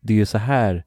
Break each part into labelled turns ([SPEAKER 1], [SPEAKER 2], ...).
[SPEAKER 1] det är ju så här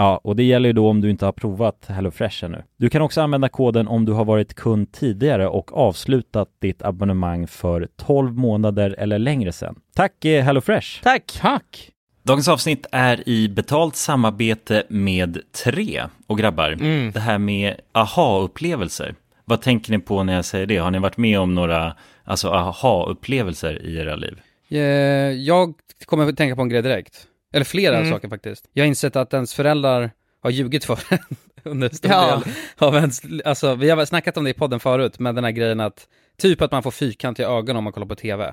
[SPEAKER 1] Ja, och det gäller ju då om du inte har provat HelloFresh ännu. Du kan också använda koden om du har varit kund tidigare och avslutat ditt abonnemang för 12 månader eller längre sedan. Tack eh, HelloFresh!
[SPEAKER 2] Tack!
[SPEAKER 3] Tack!
[SPEAKER 1] Dagens avsnitt är i betalt samarbete med Tre. Och grabbar,
[SPEAKER 3] Mm.
[SPEAKER 1] det här med aha-upplevelser. Vad tänker ni på när jag säger det? Har ni varit med om några alltså, aha-upplevelser i era liv?
[SPEAKER 3] Eh, Jag kommer att tänka på en grej direkt. Eller flera
[SPEAKER 2] Mm.
[SPEAKER 3] saker faktiskt. Jag har insett att ens föräldrar har ljugit för en under en stor
[SPEAKER 2] Ja.
[SPEAKER 3] del av ens, alltså vi har väl snackat om det i podden förut, men den här grejen att, typ att man får fyrkant i ögonen om man kollar på TV.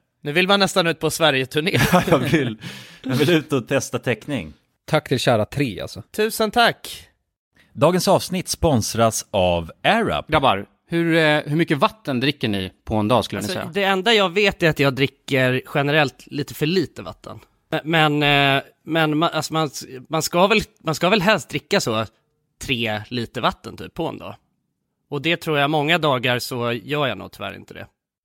[SPEAKER 2] Nu vill man nästan ut på Sverige-turné.
[SPEAKER 1] Jag vill, jag vill ut och testa täckning.
[SPEAKER 3] Tack till kära tre alltså.
[SPEAKER 2] Tusen tack!
[SPEAKER 1] Dagens avsnitt sponsras av AirUp.
[SPEAKER 4] Grabbar, hur, eh, hur mycket vatten dricker ni på en dag skulle ni
[SPEAKER 5] Alltså,
[SPEAKER 4] säga?
[SPEAKER 5] det enda jag vet är att jag dricker generellt lite för lite vatten. Men, men, eh, men man, alltså man, man, ska väl, man ska väl helst dricka så tre liter vatten typ på en dag. Och det tror jag många dagar så gör jag nog tyvärr inte det.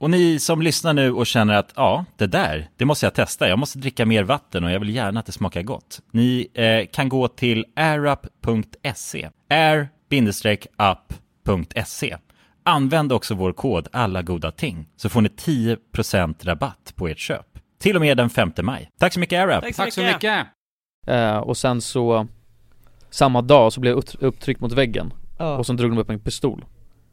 [SPEAKER 1] Och ni som lyssnar nu och känner att ja, det där, det måste jag testa. Jag måste dricka mer vatten och jag vill gärna att det smakar gott. Ni eh, kan gå till airup.se. air-up.se. Använd också vår kod alla goda ting så får ni 10% rabatt på ert köp. Till och med den 5 maj. Tack så mycket AirUp!
[SPEAKER 4] Tack så mycket!
[SPEAKER 6] Eh, och sen så, samma dag så blev jag upp- upptryckt mot väggen och sen drog de upp en pistol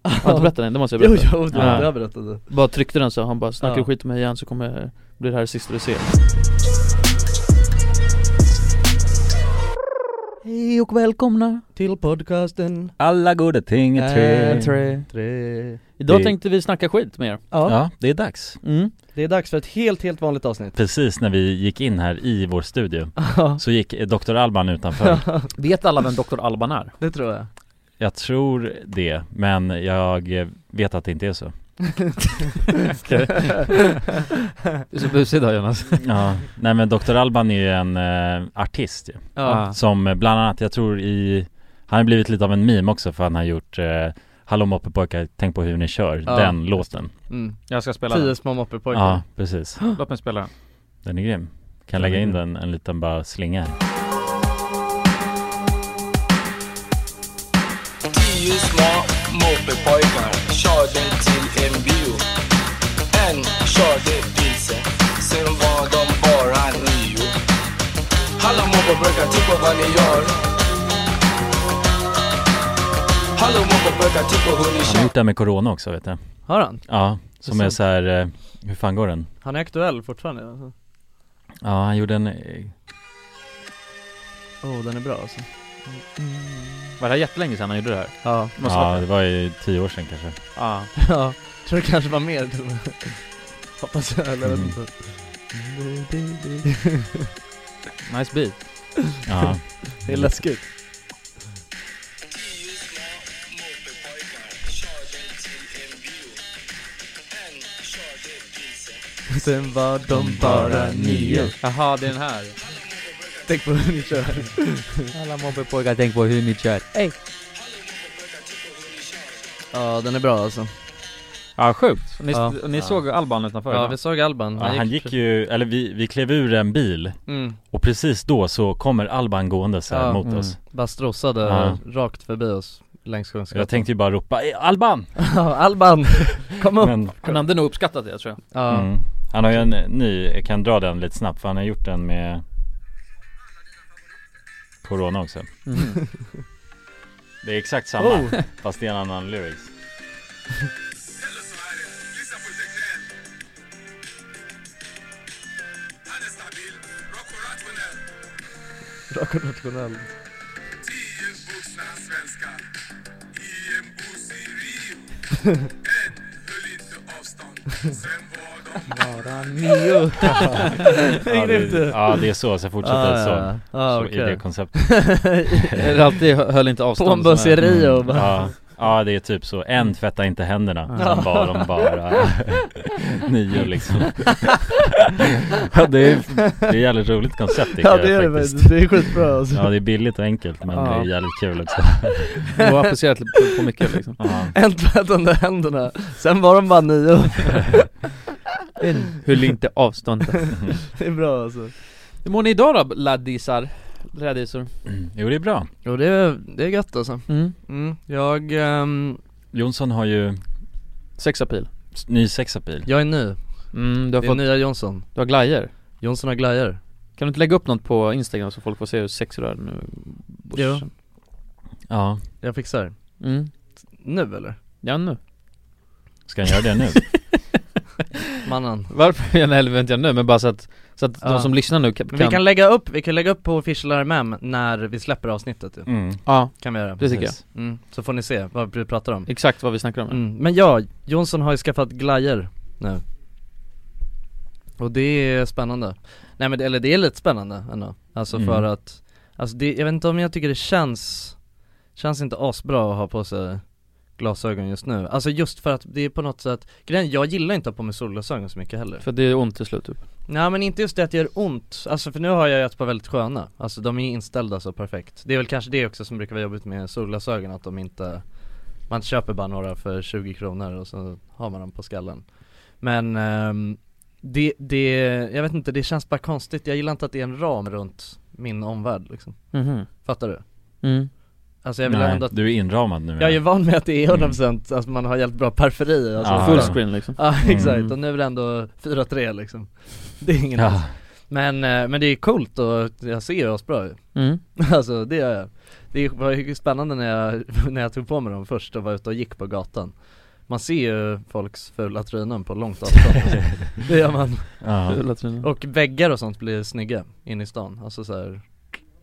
[SPEAKER 6] Har jag inte berättat det? Det måste jag
[SPEAKER 2] Jo,
[SPEAKER 6] berätta
[SPEAKER 2] jo, det har jag berättat.
[SPEAKER 6] Bara tryckte den så, han bara 'snackar du
[SPEAKER 2] Ja.
[SPEAKER 6] skit med mig igen så kommer jag, blir det här det sista du ser'
[SPEAKER 2] Hej och välkomna till podcasten
[SPEAKER 1] Alla goda ting
[SPEAKER 2] tre.
[SPEAKER 6] Eh, Idag
[SPEAKER 1] Det-
[SPEAKER 6] tänkte vi snacka skit med er
[SPEAKER 2] Ja,
[SPEAKER 1] Ja, det är dags.
[SPEAKER 6] mm.
[SPEAKER 2] det är dags för ett helt, helt vanligt avsnitt
[SPEAKER 1] Precis när vi gick in här i vår studio
[SPEAKER 2] Ja,
[SPEAKER 1] så gick eh, Dr. Alban utanför.
[SPEAKER 6] Vet alla vem Dr. Alban är?
[SPEAKER 2] det tror jag
[SPEAKER 1] Jag tror det, men jag eh, vet att det inte är så.
[SPEAKER 6] Du är så busig idag Jonas
[SPEAKER 1] Ja, nej men Dr. Alban är ju en eh, artist ju,
[SPEAKER 6] Ja,
[SPEAKER 1] som eh, bland annat, jag tror i, han har blivit lite av en meme också för han har gjort eh, Hallå moppepojkar, tänk på hur ni kör,
[SPEAKER 2] Ja.
[SPEAKER 1] den låten.
[SPEAKER 2] mm.
[SPEAKER 6] jag ska spela
[SPEAKER 2] Tio små moppepojkar
[SPEAKER 1] Ja, precis.
[SPEAKER 6] Låt mig spela den
[SPEAKER 1] Den är grym. Kan lägga in den, en liten bara slinga här.
[SPEAKER 7] Tio små moppepojkar körde till en bio. En körde vilse, sen var de bara nio. Hallå moppepojkar, titta på vad ni gör. Hallå moppepojkar, titta på hur ni
[SPEAKER 1] Han har
[SPEAKER 7] kör.
[SPEAKER 1] gjort det här med Corona också vet jag.
[SPEAKER 2] Har han?
[SPEAKER 1] Ja, som är så här, eh, hur fan går den?
[SPEAKER 2] Han är aktuell fortfarande alltså.
[SPEAKER 1] Ja, han gjorde en, eh,
[SPEAKER 2] Oh, den är bra alltså
[SPEAKER 6] Var det här jättelänge sedan han gjorde det här?
[SPEAKER 2] Ja,
[SPEAKER 6] Måste
[SPEAKER 1] ja det var ju tio år sedan kanske.
[SPEAKER 6] Ja
[SPEAKER 2] ja Tror det kanske var mer till och med Hoppas jag, eller jag vet
[SPEAKER 1] Mm.
[SPEAKER 2] inte
[SPEAKER 6] Nice beat
[SPEAKER 1] Ja,
[SPEAKER 2] Det är läskigt Sen var de bara nio
[SPEAKER 6] Jaha, det är den här
[SPEAKER 2] Tänk på hur ni kör
[SPEAKER 6] Alla mobbepojkar, tänk på hur ni kör Ey
[SPEAKER 2] Ja, den är bra alltså
[SPEAKER 6] Ja, sjukt! Ni,
[SPEAKER 2] Ja.
[SPEAKER 6] ni såg Alban utanför?
[SPEAKER 2] Ja,
[SPEAKER 6] eller?
[SPEAKER 2] vi såg Alban,
[SPEAKER 1] Ja, han gick ju, eller vi, vi klev ur en bil
[SPEAKER 2] Mm,
[SPEAKER 1] och precis då så kommer Alban gående så här
[SPEAKER 2] Ja,
[SPEAKER 1] mot
[SPEAKER 6] mm.
[SPEAKER 1] oss
[SPEAKER 2] bara strossade
[SPEAKER 1] Ja.
[SPEAKER 2] rakt förbi oss längs
[SPEAKER 1] Så jag
[SPEAKER 2] Kungsgatan
[SPEAKER 1] tänkte ju bara ropa "Eh, Alban!
[SPEAKER 2] Ja, Alban! Kom upp!
[SPEAKER 1] Men,
[SPEAKER 6] Han hade nog uppskattat det tror jag
[SPEAKER 2] Ja,
[SPEAKER 1] mm, han har ju en ny, jag kan dra den lite snabbt för han har gjort den med Corona också
[SPEAKER 6] Mm.
[SPEAKER 1] Det är exakt samma,
[SPEAKER 2] Oh.
[SPEAKER 1] fast det är en annan lyrics
[SPEAKER 2] rak och nationell
[SPEAKER 1] ja, det, ja det är så, så fortsätter det så,
[SPEAKER 2] Ja, ja,
[SPEAKER 1] så i det
[SPEAKER 2] okej
[SPEAKER 1] konceptet
[SPEAKER 6] Eller alltid hö- höll inte avstånd
[SPEAKER 2] På en buss i
[SPEAKER 6] sådär.
[SPEAKER 2] Rio bara
[SPEAKER 1] ja, ja det är typ så, en tvättar inte händerna, sen var de bara nio liksom ja, det, är, det är jävligt roligt koncept tycker
[SPEAKER 2] Ja det är
[SPEAKER 1] jag,
[SPEAKER 2] det
[SPEAKER 1] faktiskt
[SPEAKER 2] faktiskt, det är skitbra alltså.
[SPEAKER 1] Ja det är billigt och enkelt men det är jävligt kul också
[SPEAKER 6] Det var applicerat på, på mycket liksom
[SPEAKER 1] ja.
[SPEAKER 2] En tvätt under händerna, sen var de bara nio
[SPEAKER 6] Höll inte avstånd
[SPEAKER 2] Det är bra alltså
[SPEAKER 6] Hur mår ni idag då laddisar? Trädisor.
[SPEAKER 1] Jo, det är bra.
[SPEAKER 2] Jo, det är, det är gött alltså.
[SPEAKER 6] Mm.
[SPEAKER 2] Mm. Jag, ehm,
[SPEAKER 1] Jonsson har ju
[SPEAKER 6] Sexapil.
[SPEAKER 1] s- ny sexapil.
[SPEAKER 2] jag är ny.
[SPEAKER 6] Mm, du har
[SPEAKER 2] Det är
[SPEAKER 6] fått,
[SPEAKER 2] nya Jonsson.
[SPEAKER 6] du har glajer.
[SPEAKER 2] Jonsson har glajjor.
[SPEAKER 6] Kan du inte lägga upp något på Instagram så folk får se hur sexig du är nu?
[SPEAKER 2] Jo.
[SPEAKER 1] Ja,
[SPEAKER 2] Jag fixar.
[SPEAKER 6] Mm.
[SPEAKER 2] Nu eller?
[SPEAKER 6] Ja nu.
[SPEAKER 1] ska han göra det nu?
[SPEAKER 2] Mannen.
[SPEAKER 6] Varför jag helvete inte jag nu? Men bara så att, så att
[SPEAKER 2] Ja.
[SPEAKER 6] de som lyssnar nu kan...
[SPEAKER 2] Men vi kan lägga upp, vi kan lägga upp på official RMM när vi släpper avsnittet ju.
[SPEAKER 1] Mm.
[SPEAKER 6] ja,
[SPEAKER 2] typ. Kan vi göra.
[SPEAKER 6] det tycker jag.
[SPEAKER 2] Mm. Så får ni se vad vi pratar om.
[SPEAKER 6] Exakt vad vi snackar om.
[SPEAKER 2] Mm. Men ja, Jonsson har ju skaffat glajer nu. Och det är spännande. Nej men det, eller det är lite spännande ändå. Alltså
[SPEAKER 1] Mm.
[SPEAKER 2] för att, alltså det, jag vet inte om jag tycker det känns, känns inte asbra att ha på sig glasögon just nu. Alltså just för att det är på något sätt, grejen, jag gillar inte att ha på mig solglasögon så mycket heller.
[SPEAKER 6] För det är ont till slut typ.
[SPEAKER 2] Nej men inte just det att det gör ont, alltså för nu har jag ju ett par väldigt sköna, alltså de är inställda så perfekt Det är väl kanske det också som brukar vara jobbigt med solglasögon, att de inte Man köper bara några för 20 kronor och så har man dem på skallen Men ehm, det, det, jag vet inte, det känns bara konstigt, jag gillar inte att det är en ram runt min omvärld liksom
[SPEAKER 6] Mhm.
[SPEAKER 2] Fattar du?
[SPEAKER 6] Mm.
[SPEAKER 2] Alltså jag vill
[SPEAKER 1] Nej,
[SPEAKER 2] ändå att,
[SPEAKER 1] du är inramad nu. Mm.
[SPEAKER 2] jag är ju van med att det är 100% att man har jävligt bra periferi alltså
[SPEAKER 1] Ja,
[SPEAKER 6] Full screen liksom.
[SPEAKER 2] Ja exakt,
[SPEAKER 1] Mm.
[SPEAKER 2] och nu är det ändå 4-3 liksom Det är ingen
[SPEAKER 1] ja.
[SPEAKER 2] men, eh, men det är coolt och jag ser ju asbra ut
[SPEAKER 6] Mm.
[SPEAKER 2] Alltså det gör jag Det var ju spännande när jag, när jag tog på mig dem först och var ute och gick på gatan Man ser ju folks fula trynen på långt avstånd Det gör man
[SPEAKER 1] Ja.
[SPEAKER 6] Fula trynen.
[SPEAKER 2] Och väggar och sånt blir snygga inne i stan, alltså så här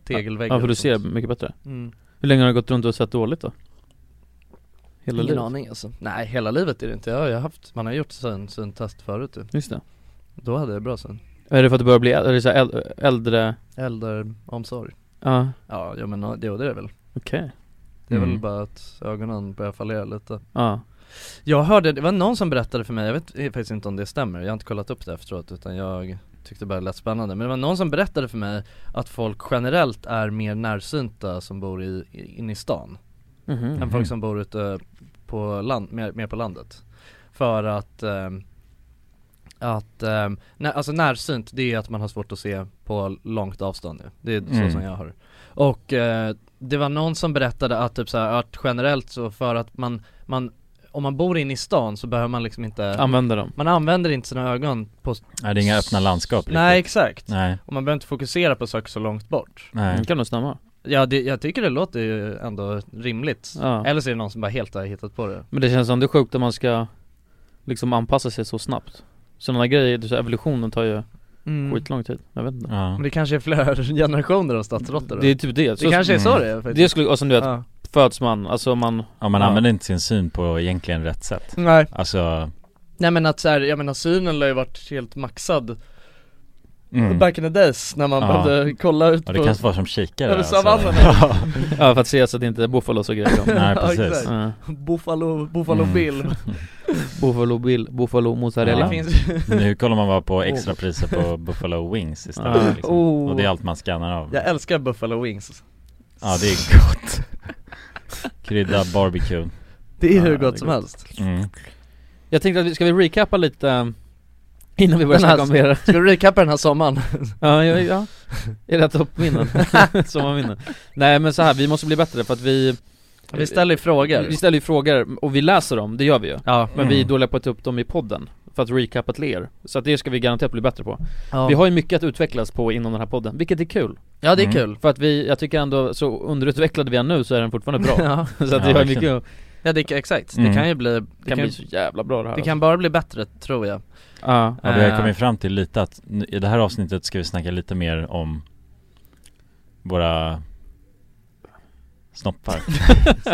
[SPEAKER 2] tegelväggar
[SPEAKER 6] Ja för du
[SPEAKER 2] och
[SPEAKER 6] ser
[SPEAKER 2] sånt.
[SPEAKER 6] mycket bättre.
[SPEAKER 2] mm.
[SPEAKER 6] Hur länge har du gått runt och sett dåligt då? Hela
[SPEAKER 2] Ingen
[SPEAKER 6] livet?
[SPEAKER 2] aning alltså Nej hela livet är det inte, jag har ju haft, man har gjort syn, syntest förut ju.
[SPEAKER 6] Just det.
[SPEAKER 2] Då hade jag bra syn
[SPEAKER 6] Är det för att du börjar bli äldre, eller så här äl- äldre?
[SPEAKER 2] Äldreomsorg
[SPEAKER 6] Ja,
[SPEAKER 2] Ja, ja men det, det är det väl
[SPEAKER 6] okej.
[SPEAKER 2] Det är väl
[SPEAKER 1] Mm.
[SPEAKER 2] bara att ögonen börjar fallera lite
[SPEAKER 6] Ja.
[SPEAKER 2] Jag hörde, det var någon som berättade för mig, jag vet faktiskt inte om det stämmer, jag har inte kollat upp det efteråt utan jag tyckte bara det lät spännande Men det var någon som berättade för mig att folk generellt är mer närsynta som bor i, i- inne i stan
[SPEAKER 6] Mhm.
[SPEAKER 2] Än folk som bor ute på land, mer, mer på landet För att, ehm, att, ehm, när, alltså närsynt det är att man har svårt att se på långt avstånd nu. Det är
[SPEAKER 1] Mm.
[SPEAKER 2] så som jag har Och eh, det var någon som berättade att typ så här, att generellt så för att man, man om man bor inne i stan så behöver man liksom inte
[SPEAKER 6] Använder dem.
[SPEAKER 2] Man använder inte sina ögon på
[SPEAKER 1] Nej, det är inga öppna landskap riktigt.
[SPEAKER 2] Nej exakt!
[SPEAKER 1] Nej,
[SPEAKER 2] Och man behöver inte fokusera på saker så långt bort
[SPEAKER 1] nej.
[SPEAKER 6] Det kan nog stämma.
[SPEAKER 2] Ja det, jag tycker det låter ju ändå rimligt
[SPEAKER 6] Ja.
[SPEAKER 2] Eller så är det någon som bara helt har hittat på det
[SPEAKER 6] Men det känns ändå sjukt att man ska liksom anpassa sig så snabbt Sådana grejer, det är så evolutionen tar ju
[SPEAKER 2] Mm.
[SPEAKER 6] skitlång tid, jag vet inte
[SPEAKER 1] Ja.
[SPEAKER 2] Men det kanske är flera generationer av stadsråttor då?
[SPEAKER 6] Det är typ det, Mm.
[SPEAKER 2] Det kanske är så det är faktiskt.
[SPEAKER 6] Det skulle, och som du vet,
[SPEAKER 2] Ja.
[SPEAKER 6] föds man, alltså man
[SPEAKER 1] ja, Mm. man
[SPEAKER 6] Ja.
[SPEAKER 1] använder inte sin syn på egentligen rätt sätt.
[SPEAKER 2] Nej.
[SPEAKER 1] Alltså,
[SPEAKER 2] Nej men att så här, jag menar synen har ju varit helt maxad
[SPEAKER 1] mm.
[SPEAKER 2] back in the days när man
[SPEAKER 1] Ja.
[SPEAKER 2] behövde kolla ut
[SPEAKER 1] ja,
[SPEAKER 2] på
[SPEAKER 1] det kan vara som kikare alltså.
[SPEAKER 2] över savannen
[SPEAKER 6] Ja för att se så att det inte är buffalos och grejer då.
[SPEAKER 1] Nej,
[SPEAKER 2] Ja,
[SPEAKER 1] precis.
[SPEAKER 2] exakt.
[SPEAKER 6] Ja.
[SPEAKER 2] Buffalo, Buffalo
[SPEAKER 1] Mm.
[SPEAKER 2] Bill
[SPEAKER 6] Buffalo bill, buffalo
[SPEAKER 1] Ja.
[SPEAKER 2] Det
[SPEAKER 6] mozzarella
[SPEAKER 2] finns
[SPEAKER 1] Nu kollar man bara på extrapriser på Buffalo Wings
[SPEAKER 6] Ja.
[SPEAKER 1] istället liksom.
[SPEAKER 2] Ah. Oh.
[SPEAKER 1] Och det är allt man scannar av.
[SPEAKER 2] Jag älskar Buffalo Wings
[SPEAKER 1] Ja, det är gott. Krydda barbecue.
[SPEAKER 2] Det är
[SPEAKER 6] Ja,
[SPEAKER 2] hur
[SPEAKER 6] det är
[SPEAKER 2] gott som
[SPEAKER 6] gott.
[SPEAKER 2] helst
[SPEAKER 1] Mm.
[SPEAKER 6] Jag tänkte att vi, ska vi recappa lite eh, Innan vi börjar
[SPEAKER 2] Den här-
[SPEAKER 6] snacka om er
[SPEAKER 2] Ska du recappa den här sommaren?
[SPEAKER 6] Ja, ja, ja. Era toppminnen, sommarminnen Nej men så här, vi måste bli bättre för att vi
[SPEAKER 2] Vi ställer ju frågor
[SPEAKER 6] Vi ställer ju frågor och vi läser dem, det gör vi ju
[SPEAKER 2] Ja,
[SPEAKER 6] Men vi är
[SPEAKER 1] Mm.
[SPEAKER 6] dåliga på att ta upp dem i podden För att recapa till er Så att det ska vi garanterat bli bättre på
[SPEAKER 2] ja.
[SPEAKER 6] Vi har ju mycket att utvecklas på inom den här podden, vilket är kul
[SPEAKER 2] ja det är
[SPEAKER 1] Mm.
[SPEAKER 2] kul
[SPEAKER 6] För att vi, jag tycker ändå, så underutvecklade vi är nu så är den fortfarande bra
[SPEAKER 2] Ja,
[SPEAKER 6] Så att vi
[SPEAKER 1] Ja,
[SPEAKER 6] har
[SPEAKER 1] verkligen.
[SPEAKER 6] mycket, att-
[SPEAKER 2] ja det, exakt, det
[SPEAKER 1] Mm.
[SPEAKER 2] kan ju bli,
[SPEAKER 6] det
[SPEAKER 2] det kan,
[SPEAKER 6] kan bli så jävla bra det här alltså.
[SPEAKER 2] det kan bara bli bättre tror jag
[SPEAKER 6] Ja,
[SPEAKER 1] Ja, vi har
[SPEAKER 2] Eh.
[SPEAKER 1] kommit fram till lite att n- i det här avsnittet ska vi snacka lite mer om våra snoppar.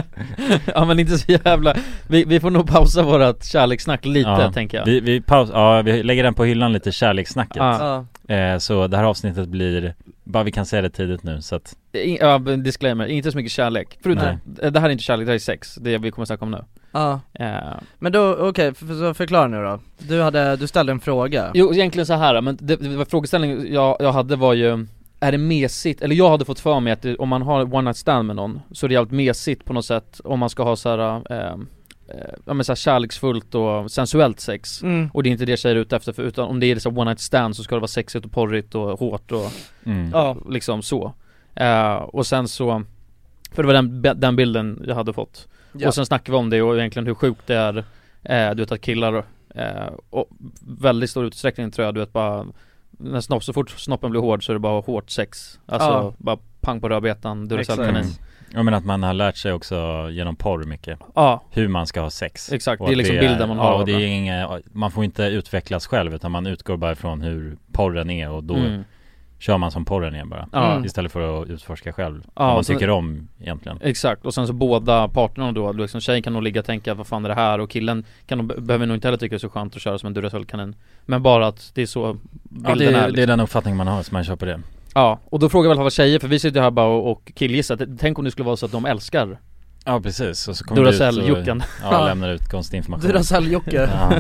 [SPEAKER 6] ja men inte så jävla, vi, vi får nog pausa vårat kärlekssnack lite
[SPEAKER 1] Ja,
[SPEAKER 6] tänker jag
[SPEAKER 1] Vi, vi, paus, ja, vi lägger den på hyllan lite, kärlekssnacket.
[SPEAKER 6] Ja.
[SPEAKER 2] Ja,
[SPEAKER 1] Eh, så det här avsnittet blir, bara vi kan säga det tidigt nu så att
[SPEAKER 6] I, ja, men disclaimer, inte så mycket kärlek Förutom, eh, det här är inte kärlek, det här är sex, det vi kommer snacka om nu
[SPEAKER 2] ja.
[SPEAKER 6] Eh,
[SPEAKER 2] Men då, okej, för- för, så förklara nu då. Du hade, du ställde en fråga.
[SPEAKER 6] Jo, egentligen så här men det, det var frågeställningen jag, jag hade var ju är det mesigt, eller jag hade fått för mig att det, om man har one night stand med någon Så är det jävligt mesigt på något sätt om man ska ha så här, eh, eh, ja men så här kärleksfullt och sensuellt sex
[SPEAKER 2] Mm.
[SPEAKER 6] Och det är inte det tjejer är ute efter, för, utan om det är så one night stand så ska det vara sexigt och porrigt och hårt och
[SPEAKER 1] mm.
[SPEAKER 2] Ja.
[SPEAKER 6] liksom så Eh, Eh, och sen så, för det var den, den bilden jag hade fått.
[SPEAKER 2] Ja.
[SPEAKER 6] Och sen snackade vi om det och egentligen hur sjukt det är, eh, du vet att killar, eh, och väldigt stor utsträckning tror jag, du vet bara när snopp, så fort snoppen blir hård så är det bara hårt sex. Alltså
[SPEAKER 2] Ja.
[SPEAKER 6] bara pang på rödbetan,
[SPEAKER 2] Exakt.
[SPEAKER 6] Duracellkanin.
[SPEAKER 1] Jag menar att man har lärt sig också genom porr mycket
[SPEAKER 6] Ja.
[SPEAKER 1] Hur man ska ha sex
[SPEAKER 6] Exakt,
[SPEAKER 1] Och
[SPEAKER 6] det är
[SPEAKER 1] att
[SPEAKER 6] liksom bilden man har
[SPEAKER 1] ja,
[SPEAKER 6] av
[SPEAKER 1] och det
[SPEAKER 6] det.
[SPEAKER 1] är inga, Man får inte utvecklas själv utan man utgår bara från hur porren är och då
[SPEAKER 6] Mm.
[SPEAKER 1] kör man som porren är bara
[SPEAKER 2] Mm.
[SPEAKER 6] Ja.
[SPEAKER 1] Istället för att utforska själv
[SPEAKER 6] Ja,
[SPEAKER 1] vad man
[SPEAKER 6] och sen-
[SPEAKER 1] tycker om egentligen
[SPEAKER 6] Exakt, och sen så båda parterna då, liksom tjejen kan nog ligga och tänka vad fan är det här och killen kan nog, behöver nog inte heller tycka det är så skönt att köra som en Duracellkanin Men bara att det är så bilden
[SPEAKER 1] ja, det, är,
[SPEAKER 6] är liksom.
[SPEAKER 1] det är den uppfattning man har så man köper det
[SPEAKER 6] Ja, och då frågar väl alla tjejer, för vi sitter ju här bara och, och killgissar, T- tänk om det skulle vara så att de älskar
[SPEAKER 1] Ja precis, och så kommer du ut och
[SPEAKER 6] Duracell-Jockan
[SPEAKER 1] ja, lämnar ut konstig information
[SPEAKER 2] Duracell-Jocke.
[SPEAKER 1] ja.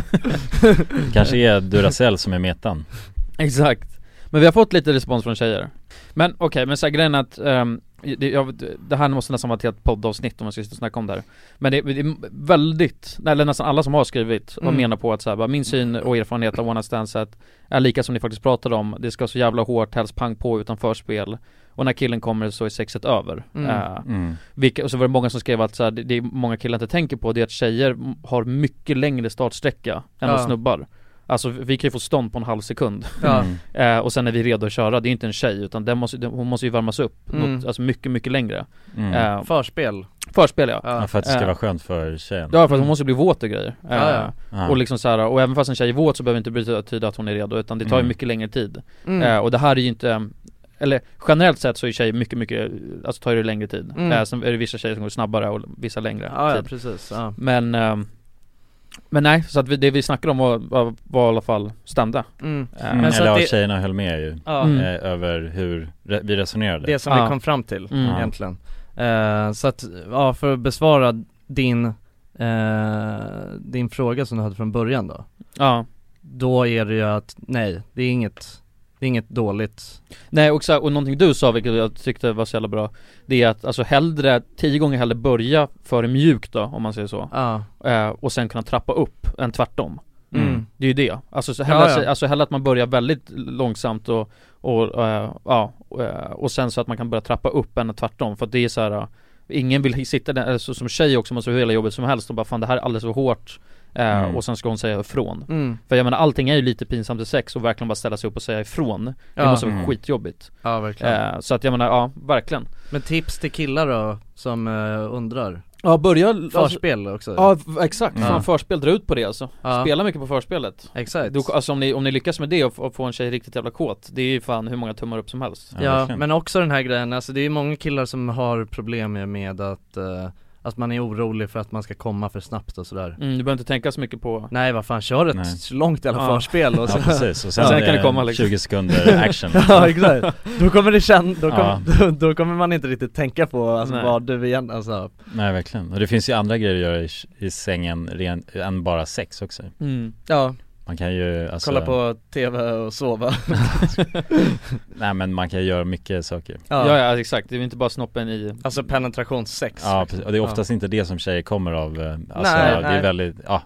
[SPEAKER 1] Kanske är Duracell som är metan
[SPEAKER 6] Exakt Men vi har fått lite respons från tjejer Men okej, men så här, grejen är att ehm, det, jag, det här måste nästan vara ett helt poddavsnitt om man ska sitta och snacka om det här Men det, det är väldigt, eller nästan alla som har skrivit och
[SPEAKER 2] Mm.
[SPEAKER 6] menar på att så här, bara, min syn och erfarenhet av One Night Stands är att- är lika som ni faktiskt pratade om Det ska så jävla hårt, helst pang på utan förspel Och när killen kommer så är sexet över
[SPEAKER 2] Mm.
[SPEAKER 6] Eh,
[SPEAKER 1] mm.
[SPEAKER 6] vilka, och så var det många som skrev att så här, det, det är många killar inte tänker på det är att tjejer m- har mycket längre startsträcka än
[SPEAKER 2] Ja.
[SPEAKER 6] vad snubbar Alltså vi kan ju få stånd på en halv sekund
[SPEAKER 2] Ja.
[SPEAKER 1] Mm.
[SPEAKER 6] eh, och sen är vi redo att köra, det är inte en tjej utan den måste, den, hon måste ju värmas upp
[SPEAKER 2] Mm.
[SPEAKER 6] något, alltså mycket, mycket längre
[SPEAKER 1] Mm.
[SPEAKER 6] eh,
[SPEAKER 2] Förspel.
[SPEAKER 6] Förspel ja
[SPEAKER 1] Ja,
[SPEAKER 2] Ja.
[SPEAKER 1] för att det ska
[SPEAKER 6] eh.
[SPEAKER 1] vara skönt för tjejen
[SPEAKER 6] Ja för att hon måste bli våt och grejer eh,
[SPEAKER 2] Ja, ja.
[SPEAKER 1] Ja.
[SPEAKER 6] Och liksom så här, och även fast en tjej är våt så behöver det inte betyda att hon är redo utan det tar ju
[SPEAKER 1] Mm.
[SPEAKER 6] mycket längre tid
[SPEAKER 2] Mm.
[SPEAKER 6] eh, Och det här är ju inte eller generellt sett så är tjejer mycket, mycket, alltså tar det längre tid.
[SPEAKER 2] Mm.
[SPEAKER 6] Eh, sen är det vissa tjejer som går snabbare och vissa längre
[SPEAKER 2] Ja, ja
[SPEAKER 6] tid.
[SPEAKER 2] precis. Ja.
[SPEAKER 6] Men, ehm, men nej, så att vi, det vi snackade om var, var, var i alla fall standard
[SPEAKER 2] Mm.
[SPEAKER 6] Eh,
[SPEAKER 1] Mm.
[SPEAKER 2] Men så
[SPEAKER 1] Eller
[SPEAKER 2] att
[SPEAKER 1] ja,
[SPEAKER 2] det-
[SPEAKER 1] tjejerna höll med ju
[SPEAKER 2] Ja.
[SPEAKER 6] Mm.
[SPEAKER 1] eh, över hur re- vi resonerade
[SPEAKER 2] Det som
[SPEAKER 6] Ja.
[SPEAKER 2] vi kom fram till
[SPEAKER 6] Mm.
[SPEAKER 2] egentligen. Eh, så att, ja för att besvara din, eh, din fråga som du hade från början då.
[SPEAKER 6] Ja,
[SPEAKER 2] Då är det ju att, nej, det är inget, det är inget dåligt.
[SPEAKER 6] nej och, så, här- och någonting du sa vilket jag tyckte var så jävla bra Det är att alltså hellre, tio gånger hellre börja för mjukt då om man säger så
[SPEAKER 2] Ja.
[SPEAKER 6] eh, Och sen kunna trappa upp än tvärtom
[SPEAKER 2] Mm.
[SPEAKER 6] Det är ju det, alltså så hellre,
[SPEAKER 2] Ja, ja.
[SPEAKER 6] Alltså, hellre att man börjar väldigt långsamt och, och eh, ja, och, eh, och sen så att man kan börja trappa upp än tvärtom för att det är så här. eh, Ingen vill sitta där, eller så, som tjej också, måste ha hur hela jobbet som helst och bara fan det här är alldeles för hårt eh,
[SPEAKER 1] Mm.
[SPEAKER 6] Och sen ska hon säga ifrån
[SPEAKER 2] Mm.
[SPEAKER 6] För jag menar allting är ju lite pinsamt i sex och verkligen bara ställa sig upp och säga ifrån Det
[SPEAKER 2] Ja.
[SPEAKER 6] måste vara
[SPEAKER 1] Mm.
[SPEAKER 6] skitjobbigt
[SPEAKER 2] ja, verkligen.
[SPEAKER 6] eh, Så att jag menar, ja verkligen
[SPEAKER 2] Men tips till killar då, som eh, undrar.
[SPEAKER 6] Ja börja alltså-
[SPEAKER 2] Förspel också?
[SPEAKER 6] Ja v- exakt,
[SPEAKER 1] Ja.
[SPEAKER 6] fan förspel, dra ut på det alltså
[SPEAKER 2] Ja.
[SPEAKER 6] Spela mycket på förspelet
[SPEAKER 2] Exakt.
[SPEAKER 6] du, Alltså om ni, om ni lyckas med det och, f- och få en tjej riktigt jävla kåt Det är ju fan hur många tummar upp som helst
[SPEAKER 1] Ja,
[SPEAKER 2] Ja,
[SPEAKER 1] verkligen.
[SPEAKER 2] men också den här grejen, alltså det är ju många killar som har problem med- med att, eh, att man är orolig för att man ska komma för snabbt och sådär
[SPEAKER 6] mm, Du behöver inte tänka så mycket på
[SPEAKER 2] Nej vad fan, kör ett
[SPEAKER 1] Nej.
[SPEAKER 2] långt jävla
[SPEAKER 6] Ja.
[SPEAKER 2] förspel och
[SPEAKER 1] Ja
[SPEAKER 2] så
[SPEAKER 1] precis, och sen,
[SPEAKER 6] Sen
[SPEAKER 1] är
[SPEAKER 6] kan det komma,
[SPEAKER 1] en
[SPEAKER 6] liksom.
[SPEAKER 1] 20 sekunder action
[SPEAKER 2] Ja exakt, då kommer det känn, då,
[SPEAKER 1] Ja.
[SPEAKER 2] kommer då, då kommer man inte riktigt tänka på alltså,
[SPEAKER 6] Nej.
[SPEAKER 2] vad du igen, alltså
[SPEAKER 1] Nej verkligen, och det finns ju andra grejer att göra i, i sängen ren, än bara sex också
[SPEAKER 6] mm.
[SPEAKER 2] Ja,
[SPEAKER 1] Man kan ju alltså,
[SPEAKER 2] kolla på TV och sova
[SPEAKER 1] Nej men man kan ju göra mycket saker
[SPEAKER 6] ja. ja exakt, det är inte bara snoppen i
[SPEAKER 2] Alltså penetrationssex
[SPEAKER 1] Ja precis. och det är oftast inte det som tjejer kommer av eh, Alltså
[SPEAKER 2] Nej,
[SPEAKER 1] det
[SPEAKER 2] nej.
[SPEAKER 1] är väldigt, ja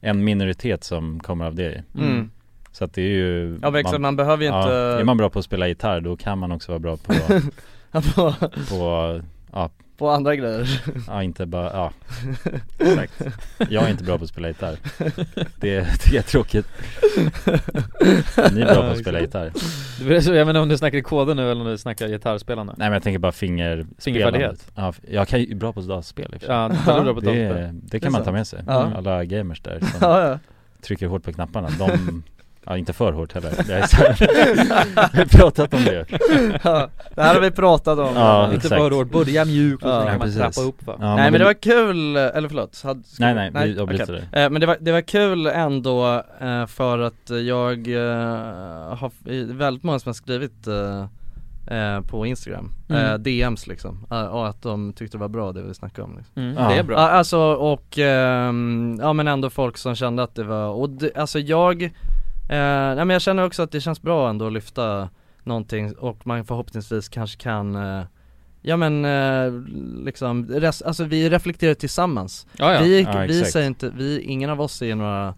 [SPEAKER 1] En minoritet som kommer av det
[SPEAKER 2] mm.
[SPEAKER 1] Så att det är ju
[SPEAKER 2] Ja men exakt, man, behöver ju
[SPEAKER 1] ja,
[SPEAKER 2] inte
[SPEAKER 1] Är man bra på att spela gitarr då kan man också vara bra på,
[SPEAKER 2] på,
[SPEAKER 1] på
[SPEAKER 2] på andra grejer
[SPEAKER 1] Ja inte bara, ja Exakt Jag är inte bra på att spela gitarr Det, det är tråkigt Ni är bra på att spela gitarr
[SPEAKER 6] Du- Jag menar om du snackar i koden nu eller om du snackar gitarrspelande
[SPEAKER 1] Nej men jag tänker bara fingerspelande
[SPEAKER 6] Fingerfärdighet.
[SPEAKER 1] Ja, f- jag kan ju bra på dataspel i och för sig.
[SPEAKER 6] Ja, det beror på datorn
[SPEAKER 1] det, det kan man ta med sig,
[SPEAKER 2] Ja.
[SPEAKER 1] alla gamers där som
[SPEAKER 2] Ja ja
[SPEAKER 1] trycker hårt på knapparna, de Ja inte för hårt heller, jag är så här, vi har pratat om det
[SPEAKER 2] Ja, det här har vi pratat om
[SPEAKER 1] Ja,
[SPEAKER 6] Inte
[SPEAKER 1] exakt.
[SPEAKER 6] för hårt, börja mjukt och
[SPEAKER 2] Ja,
[SPEAKER 6] sen kan man
[SPEAKER 1] precis.
[SPEAKER 6] trappa upp va?
[SPEAKER 1] Ja,
[SPEAKER 2] Nej men det var kul, eller förlåt, hade, ska-
[SPEAKER 1] Nej nej, vi
[SPEAKER 2] okej.
[SPEAKER 1] avbryter det
[SPEAKER 2] Eh, Men det var, det var kul ändå eh, för att jag eh, har f- i- väldigt många som har skrivit eh, eh, på Instagram,
[SPEAKER 6] Mm.
[SPEAKER 2] eh, DMs liksom, eh, och att de tyckte det var bra det vi snackade om liksom.
[SPEAKER 6] Mm,
[SPEAKER 1] Ja.
[SPEAKER 6] Det är bra
[SPEAKER 2] Ja, alltså och, ehm, ja men ändå folk som kände att det var, och det, alltså jag, eh, nej men jag känner också att det känns bra ändå att lyfta någonting och man förhoppningsvis kanske kan eh, Ja men eh, liksom, res, alltså vi reflekterar tillsammans
[SPEAKER 6] ja, ja.
[SPEAKER 2] vi,
[SPEAKER 1] Ja,
[SPEAKER 2] vi
[SPEAKER 1] exakt.
[SPEAKER 2] säger inte, vi, ingen av oss är några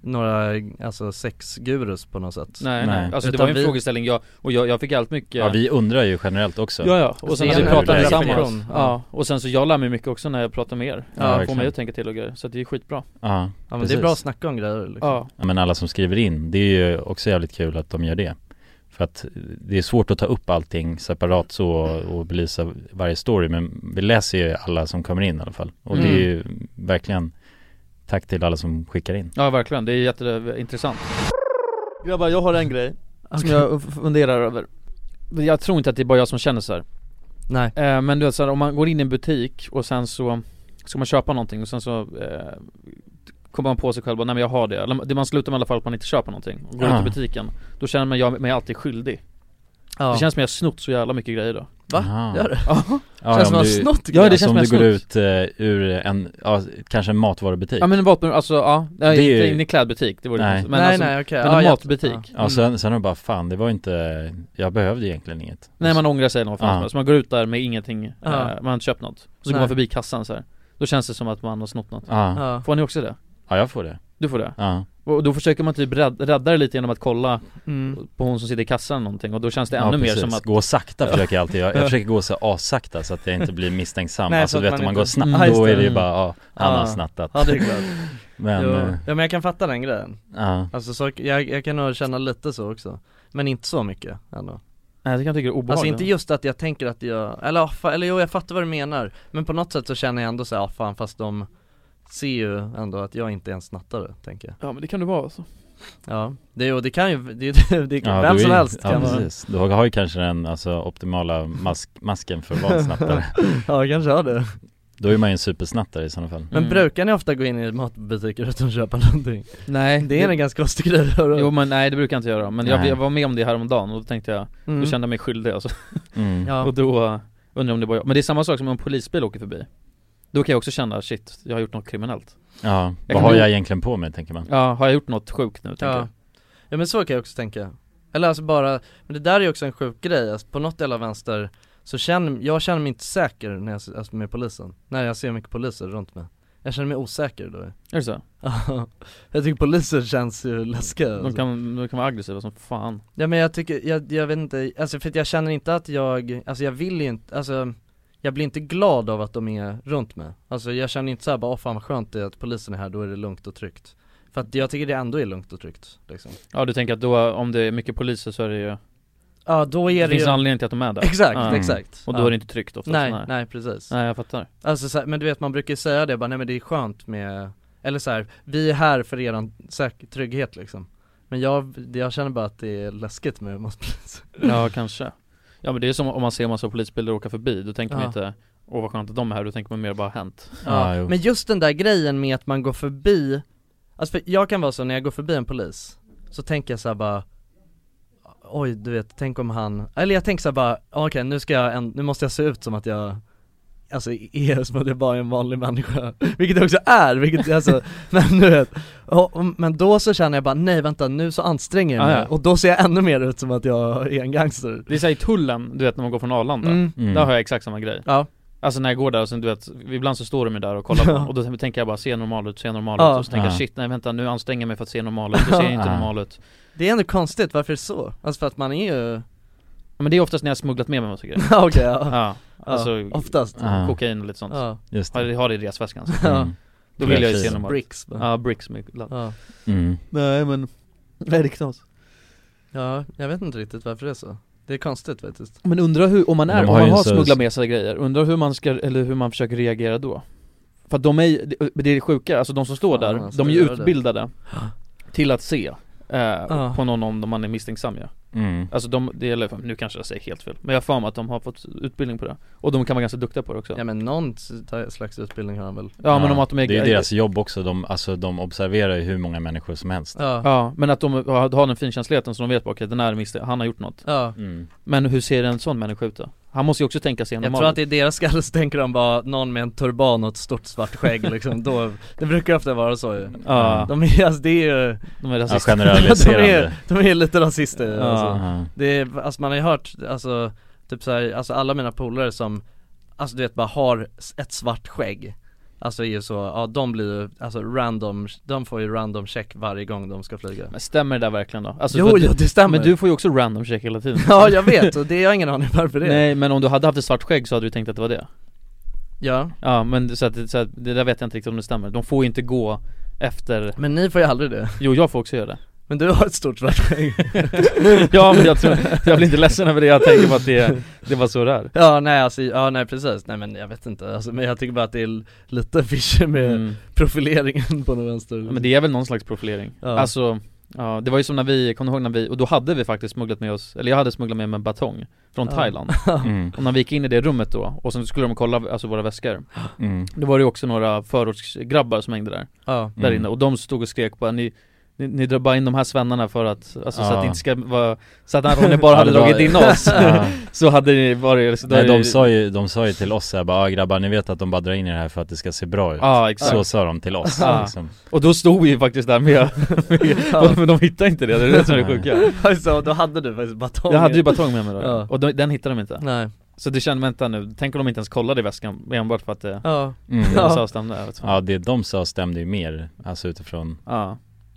[SPEAKER 2] några alltså sexgurus på något sätt
[SPEAKER 6] Nej, nej. Alltså det var ju en
[SPEAKER 2] vi-
[SPEAKER 6] frågeställning jag, och jag, jag fick allt mycket
[SPEAKER 1] Ja, vi undrar ju generellt också.
[SPEAKER 6] Ja, ja, och sen
[SPEAKER 2] Det
[SPEAKER 6] så
[SPEAKER 2] är
[SPEAKER 6] vi
[SPEAKER 2] en
[SPEAKER 6] pratar
[SPEAKER 2] relation.
[SPEAKER 6] tillsammans
[SPEAKER 2] Ja.
[SPEAKER 6] ja. och sen så jag lär mig mycket också när jag pratar med er
[SPEAKER 2] Ja,
[SPEAKER 6] ja, Får
[SPEAKER 1] verkligen.
[SPEAKER 6] mig att tänka till och grejer, så det är skitbra
[SPEAKER 1] Ja,
[SPEAKER 2] Ja men det
[SPEAKER 1] precis.
[SPEAKER 2] är bra att snacka om grejer liksom.
[SPEAKER 6] Ja,
[SPEAKER 1] Ja, men alla som skriver in, det är ju också jävligt kul att de gör det. För att det är svårt att ta upp allting separat så och belysa varje story, men vi läser ju alla som kommer in i alla fall. Och det är ju verkligen tack till alla som skickar in.
[SPEAKER 6] ja verkligen, det är jätteintressant Grabbar, jag har en grej som jag funderar över Jag tror inte att det är bara jag som känner så här.
[SPEAKER 2] Nej
[SPEAKER 6] Eh, Men du vet så här, om man går in i en butik och sen så ska man köpa någonting och sen så eh, kommer man på sig själv bara, nej men jag har det. Eller det- man slutar med i alla fall att man inte köper någonting och går
[SPEAKER 2] Ah.
[SPEAKER 1] Ja.
[SPEAKER 6] ut i butiken. Då känner man jag mig alltid skyldig.
[SPEAKER 2] ja.
[SPEAKER 6] Det känns som jag har snott så jävla mycket grejer då.
[SPEAKER 2] Va?
[SPEAKER 1] Aha.
[SPEAKER 2] Gör det?
[SPEAKER 6] Ja,
[SPEAKER 1] Ja,
[SPEAKER 2] känns som
[SPEAKER 1] om
[SPEAKER 2] att
[SPEAKER 1] du-
[SPEAKER 2] du... snott
[SPEAKER 6] ja det
[SPEAKER 1] alltså
[SPEAKER 6] känns som
[SPEAKER 1] om
[SPEAKER 6] jag
[SPEAKER 1] du
[SPEAKER 6] har
[SPEAKER 1] går
[SPEAKER 6] snott.
[SPEAKER 1] ut eh, ur en, ja, kanske en matvarubutik.
[SPEAKER 6] Ja men en vapen, alltså ja, nej,
[SPEAKER 1] Det är ju-
[SPEAKER 6] inte in i klädbutik, det vore
[SPEAKER 1] Nej.
[SPEAKER 6] nej. Men
[SPEAKER 2] Nej
[SPEAKER 6] alltså,
[SPEAKER 2] nej okej,
[SPEAKER 6] men
[SPEAKER 2] Ja,
[SPEAKER 6] en
[SPEAKER 2] jag-
[SPEAKER 6] matbutik.
[SPEAKER 2] ja.
[SPEAKER 1] Ja, sen, sen är det bara fan, det var inte, jag behövde egentligen inget.
[SPEAKER 6] Nej man ångrar sig eller vad fan
[SPEAKER 1] Ja.
[SPEAKER 6] som helst. Man går ut där med ingenting,
[SPEAKER 2] Ja.
[SPEAKER 6] eh, man har inte köpt något. Och så
[SPEAKER 2] Nej.
[SPEAKER 6] går man förbi kassan så här. Då känns det som att man har snott något.
[SPEAKER 1] Ja,
[SPEAKER 2] Ja.
[SPEAKER 6] Får ni också det?
[SPEAKER 1] ja jag får det.
[SPEAKER 6] Du får det?
[SPEAKER 1] Ja.
[SPEAKER 6] Och då försöker man typ rädd- rädda det lite genom att kolla
[SPEAKER 2] Mm.
[SPEAKER 6] på hon som sitter i kassan eller någonting och då känns det
[SPEAKER 1] Ja,
[SPEAKER 6] ännu mer
[SPEAKER 1] precis.
[SPEAKER 6] som att
[SPEAKER 1] Gå sakta försöker jag alltid, jag, jag
[SPEAKER 6] Ja.
[SPEAKER 1] försöker gå så asakta så att jag inte blir misstänksam
[SPEAKER 2] Nej,
[SPEAKER 1] Alltså
[SPEAKER 2] så
[SPEAKER 1] du
[SPEAKER 2] att man
[SPEAKER 1] vet om man
[SPEAKER 2] inte-
[SPEAKER 1] går snabbt
[SPEAKER 6] Mm.
[SPEAKER 1] då är det ju
[SPEAKER 6] Mm.
[SPEAKER 1] bara, ja, han har
[SPEAKER 2] Ja.
[SPEAKER 1] snattat
[SPEAKER 2] Ja det är klart.
[SPEAKER 1] Men,
[SPEAKER 2] jo.
[SPEAKER 1] eh,
[SPEAKER 2] Ja men jag kan fatta den grejen.
[SPEAKER 1] ja,
[SPEAKER 2] Alltså så, jag, jag kan nog känna lite så också. Men inte så mycket ändå.
[SPEAKER 6] Nej det kan jag tycka är
[SPEAKER 2] Alltså
[SPEAKER 6] obehagligt
[SPEAKER 2] inte just att jag tänker att jag, eller, ja, fa, eller jo jag fattar vad du menar. Men på något sätt så känner jag ändå såhär, ja fan fast de ser ju ändå att jag inte är en snattare, tänker jag.
[SPEAKER 6] Ja men det kan du vara alltså
[SPEAKER 2] Ja, det, och det kan ju, det, det, det,
[SPEAKER 1] ja,
[SPEAKER 2] vem
[SPEAKER 1] du
[SPEAKER 2] som
[SPEAKER 1] är-
[SPEAKER 2] helst
[SPEAKER 1] ja,
[SPEAKER 2] kan vara
[SPEAKER 1] precis. Du har ju kanske den alltså, optimala mask, masken för att vara en snattare
[SPEAKER 2] Ja, kanske har det.
[SPEAKER 1] Då är man ju en supersnattare i sådana fall
[SPEAKER 2] Men
[SPEAKER 6] Mm.
[SPEAKER 2] brukar ni ofta gå in i matbutiker utan att köpa någonting?
[SPEAKER 6] Nej
[SPEAKER 2] Det är en ganska konstig grej att göra.
[SPEAKER 6] Jo men nej det brukar jag inte göra, men jag,
[SPEAKER 1] Nej.
[SPEAKER 6] jag var med om det häromdagen och då tänkte jag,
[SPEAKER 2] Mm.
[SPEAKER 6] då kände jag mig skyldig alltså.
[SPEAKER 1] mm.
[SPEAKER 2] Ja.
[SPEAKER 6] Och då eh, undrar jag om det var jag Men det är samma sak som om en polisbil åker förbi Då kan jag också känna, shit, jag har gjort något kriminellt
[SPEAKER 1] ja,
[SPEAKER 6] Jag
[SPEAKER 1] vad
[SPEAKER 6] kan
[SPEAKER 1] har
[SPEAKER 6] bli-
[SPEAKER 1] jag egentligen på mig tänker man?
[SPEAKER 6] Ja, har jag gjort något sjukt nu tänker
[SPEAKER 2] ja.
[SPEAKER 6] jag
[SPEAKER 2] Ja men så kan jag också tänka Eller alltså bara, men det där är ju också en sjuk grej, alltså på något jävla vänster Så känner, jag känner mig inte säker när jag, alltså med polisen När jag ser mycket poliser runt mig Jag känner mig osäker då
[SPEAKER 6] Är det så?
[SPEAKER 2] Jag tycker poliser känns ju läskiga
[SPEAKER 6] De
[SPEAKER 2] alltså.
[SPEAKER 6] kan, de kan vara aggressiva som fan
[SPEAKER 2] Ja men jag tycker, jag, jag vet inte, alltså för att jag känner inte att jag, alltså jag vill ju inte, alltså jag blir inte glad av att de är runt mig Alltså jag känner inte såhär bara, åh fan vad skönt det är att polisen är här, då är det lugnt och tryggt För att jag tycker det ändå är lugnt och tryggt liksom
[SPEAKER 6] Ja du tänker att då, om det är mycket poliser så är det ju,
[SPEAKER 2] Ja då är
[SPEAKER 6] det
[SPEAKER 2] det
[SPEAKER 6] finns
[SPEAKER 2] ju
[SPEAKER 6] en anledning till att de är där
[SPEAKER 2] Exakt,
[SPEAKER 6] Ja.
[SPEAKER 2] exakt
[SPEAKER 6] Och då
[SPEAKER 2] Ja.
[SPEAKER 6] är det inte tryggt oftast
[SPEAKER 2] Nej, nej, precis
[SPEAKER 6] nej jag fattar
[SPEAKER 2] Alltså så här, men du vet man brukar ju säga det bara, nej men det är skönt med Eller så här, vi är här för eran säker, trygghet liksom Men jag, jag känner bara att det är läskigt med måste
[SPEAKER 6] Ja kanske Ja men det är som om man ser massa polisbilar åka förbi, då tänker man
[SPEAKER 2] Ja.
[SPEAKER 6] inte Åh vad skönt att de är här, då tänker man mer bara hänt
[SPEAKER 1] Ja,
[SPEAKER 2] ja,
[SPEAKER 1] jo.
[SPEAKER 2] Men just den där grejen med att man går förbi Alltså för jag kan vara så när jag går förbi en polis Så tänker jag så här bara Oj du vet, tänk om han Eller jag tänker så här bara, okej nu ska jag, en, nu måste jag se ut som att jag Alltså är som att jag bara är en vanlig människa Vilket jag också är, vilket alltså, men du vet och, och, Men då så känner jag bara, nej vänta nu så anstränger jag mig
[SPEAKER 6] Ah, ja.
[SPEAKER 2] Och då ser jag ännu mer ut som att jag är en gangster
[SPEAKER 6] Det är såhär i tullen, du vet när man går från Arlanda
[SPEAKER 2] Mm.
[SPEAKER 1] Mm.
[SPEAKER 6] Där har jag exakt samma grej
[SPEAKER 2] Ja.
[SPEAKER 6] Alltså när jag går där och sen du vet, ibland så står de ju där och kollar på
[SPEAKER 2] Ja.
[SPEAKER 6] och då tänker jag bara se normal ut, se normal
[SPEAKER 2] Ja.
[SPEAKER 6] ut och så tänker jag
[SPEAKER 1] Ja.
[SPEAKER 6] shit nej vänta nu anstränger jag mig för att se normal ut, det ser inte
[SPEAKER 1] Ja.
[SPEAKER 6] normal ut
[SPEAKER 2] Det är ändå konstigt, varför är det så? Alltså för att man är ju,
[SPEAKER 6] ja, Men det är oftast när jag har smugglat med mig massa grejer
[SPEAKER 2] ja okej ja,
[SPEAKER 6] Ja, alltså
[SPEAKER 2] ja, oftast
[SPEAKER 1] Ja,
[SPEAKER 6] kokain och lite sånt
[SPEAKER 2] ja.
[SPEAKER 1] just
[SPEAKER 6] Har,
[SPEAKER 1] det
[SPEAKER 6] har det i resväskan så.
[SPEAKER 2] Ja.
[SPEAKER 1] Mm.
[SPEAKER 6] Då vill jag ju se
[SPEAKER 1] Precis.
[SPEAKER 6] normalt
[SPEAKER 2] Bricks bara.
[SPEAKER 6] Ja, bricks med ladd
[SPEAKER 2] ja.
[SPEAKER 1] Mm.
[SPEAKER 6] Nej men, nej det är knas
[SPEAKER 2] ja, jag vet inte riktigt varför det är så Det är konstigt faktiskt
[SPEAKER 6] Men undra hur, om man
[SPEAKER 1] De
[SPEAKER 6] är,
[SPEAKER 1] har
[SPEAKER 6] om man
[SPEAKER 1] ju
[SPEAKER 6] har
[SPEAKER 1] så-
[SPEAKER 6] smugglat med sig grejer, undra hur man ska, eller hur man försöker reagera då? För att de är ju- det- det är sjuka, alltså de som står
[SPEAKER 2] Fan,
[SPEAKER 6] där,
[SPEAKER 2] alltså,
[SPEAKER 6] de är ju
[SPEAKER 2] gör det.
[SPEAKER 6] utbildade till att se eh,
[SPEAKER 2] Ja.
[SPEAKER 6] på någon om man är misstänksam ja.
[SPEAKER 1] Mm.
[SPEAKER 6] Alltså de, det gäller, nu kanske jag säger helt fel, men jag har för mig att de har fått utbildning på det Och de kan vara ganska duktiga på det också
[SPEAKER 2] Ja
[SPEAKER 6] Ja,
[SPEAKER 2] men någon slags utbildning har han väl?
[SPEAKER 6] men om att de är,
[SPEAKER 1] Det är ju deras jobb också, de, alltså, de observerar ju hur många människor som helst
[SPEAKER 2] Ja, ja,
[SPEAKER 6] Ja, men att de har har den finkänsligheten så de vet bara okej, den här misstänkt, han har gjort något
[SPEAKER 1] mm.
[SPEAKER 6] Men hur ser en sån människa ut då? Han måste ju också tänka sig
[SPEAKER 2] Jag
[SPEAKER 6] igenom
[SPEAKER 2] tror att i deras skalle så tänker de bara någon med en turban och ett stort svart skägg liksom, då, det brukar ofta vara så ju
[SPEAKER 6] Ja,
[SPEAKER 2] De är, alltså det är ju,
[SPEAKER 6] de är
[SPEAKER 1] ja,
[SPEAKER 2] de är,
[SPEAKER 6] rasister
[SPEAKER 1] Generaliserande
[SPEAKER 2] de är lite rasister
[SPEAKER 6] Ja.
[SPEAKER 2] alltså.
[SPEAKER 1] ja.
[SPEAKER 2] Det är, alltså man har ju hört, alltså typ så här, alltså alla mina polare som Alltså du vet bara har s- ett svart skägg Alltså är ju så, ja de blir ju, alltså random, de får ju random check varje gång de ska flyga
[SPEAKER 6] Men stämmer det där verkligen då? Alltså,
[SPEAKER 2] Jo,
[SPEAKER 6] för att
[SPEAKER 2] jo,
[SPEAKER 6] du-
[SPEAKER 2] det stämmer.
[SPEAKER 6] Men du får ju också random check hela tiden
[SPEAKER 2] Ja jag vet, och det har jag ingen aning varför det är.
[SPEAKER 6] Nej men om du hade haft ett svart skägg så hade du tänkt att det var det
[SPEAKER 2] Ja
[SPEAKER 6] Ja men så att, så att det där vet jag inte riktigt om det stämmer, de får ju inte gå efter
[SPEAKER 2] Men ni får ju aldrig det
[SPEAKER 6] Jo jag får också göra det
[SPEAKER 2] Men du har ett stort svart skägg
[SPEAKER 6] Ja men jag tror, jag blir inte ledsen över det, jag tänker på att det, det var så det är
[SPEAKER 2] Ja nej alltså, ja nej precis, nej men jag vet inte alltså, men jag tycker bara att det är lite fischer med
[SPEAKER 6] Mm.
[SPEAKER 2] profileringen på den vänster
[SPEAKER 6] Ja, Men det är väl någon slags profilering
[SPEAKER 2] Alltså, Ja.
[SPEAKER 6] Alltså, ja, det var ju som när vi, kommer du ihåg när vi, och då hade vi faktiskt smugglat med oss, eller jag hade smugglat med mig en batong från
[SPEAKER 2] Ja.
[SPEAKER 6] Thailand
[SPEAKER 1] Mm.
[SPEAKER 6] Och när vi gick in i det rummet då, och sen skulle de kolla alltså våra väskor
[SPEAKER 1] Mm.
[SPEAKER 6] Då var det ju också några förortsgrabbar som hängde där,
[SPEAKER 2] Ja,
[SPEAKER 6] där
[SPEAKER 1] Mm.
[SPEAKER 6] inne, och de stod och skrek bara ni ni, ni drar bara in de här svennarna för att, alltså så
[SPEAKER 1] Ja.
[SPEAKER 6] att det inte ska vara, så att om ni bara hade
[SPEAKER 1] Ja, det var-
[SPEAKER 6] dragit in oss
[SPEAKER 1] Ja.
[SPEAKER 6] Så hade det varit, så då
[SPEAKER 1] Nej,
[SPEAKER 6] är det-
[SPEAKER 1] de, sa ju, de sa ju till oss såhär bara "Ah, grabbar ni vet att de bara drar in er här för att det ska se bra ut
[SPEAKER 6] Ja exakt,
[SPEAKER 1] Så sa de till oss
[SPEAKER 6] Ja.
[SPEAKER 1] liksom.
[SPEAKER 6] och då stod vi ju faktiskt där med, med men de hittade inte det, det är det som är det sjuka
[SPEAKER 2] alltså, då hade du faktiskt batongen
[SPEAKER 6] Jag hade ju batong med mig då,
[SPEAKER 2] Ja.
[SPEAKER 6] och de, den hittade de inte
[SPEAKER 2] Nej,
[SPEAKER 6] Så det kände, vänta nu, tänk om de inte ens kollade i väskan enbart för att det,
[SPEAKER 2] ja,
[SPEAKER 1] mm.
[SPEAKER 6] det
[SPEAKER 1] ja.
[SPEAKER 6] var avstämda jag vet inte.
[SPEAKER 1] det de sa stämde ju mer, alltså utifrån,
[SPEAKER 2] ja
[SPEAKER 6] ja.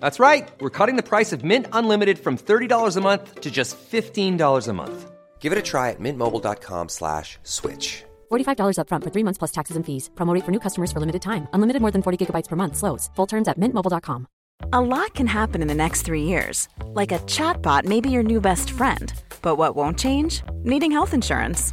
[SPEAKER 7] That's right. We're cutting the price of Mint Unlimited from $30 a month to just $15 a month. Give it a try at mintmobile.com slash switch.
[SPEAKER 8] $45 upfront for three months plus taxes and fees. Promo rate for new customers for limited time. Unlimited more than 40 gigabytes per month. Slows. Full terms at mintmobile.com.
[SPEAKER 9] A lot can happen in the next three years. Like a chatbot may be your new best friend. But what won't change? Needing health insurance.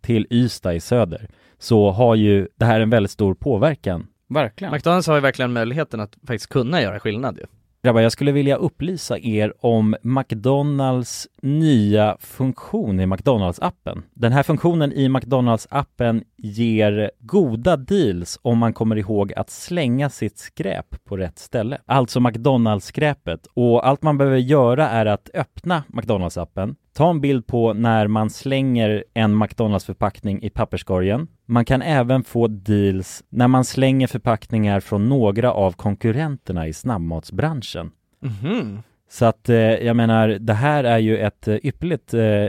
[SPEAKER 1] till Ystad i söder, så har ju det här en väldigt stor påverkan.
[SPEAKER 3] Verkligen.
[SPEAKER 2] McDonalds har ju verkligen möjligheten att faktiskt kunna göra skillnad ju.
[SPEAKER 1] Grabbar, jag skulle vilja upplysa er om McDonalds nya funktion i McDonalds-appen. Den här funktionen i McDonalds-appen ger goda deals om man kommer ihåg att slänga sitt skräp på rätt ställe. Alltså McDonalds-skräpet. Och allt man behöver göra är att öppna McDonalds-appen, ta en bild på när man slänger en McDonalds-förpackning i papperskorgen. Man kan även få deals när man slänger förpackningar från några av konkurrenterna i snabbmatsbranschen.
[SPEAKER 2] Mhm.
[SPEAKER 1] Så att eh, jag menar, det här är ju ett eh, ypperligt eh,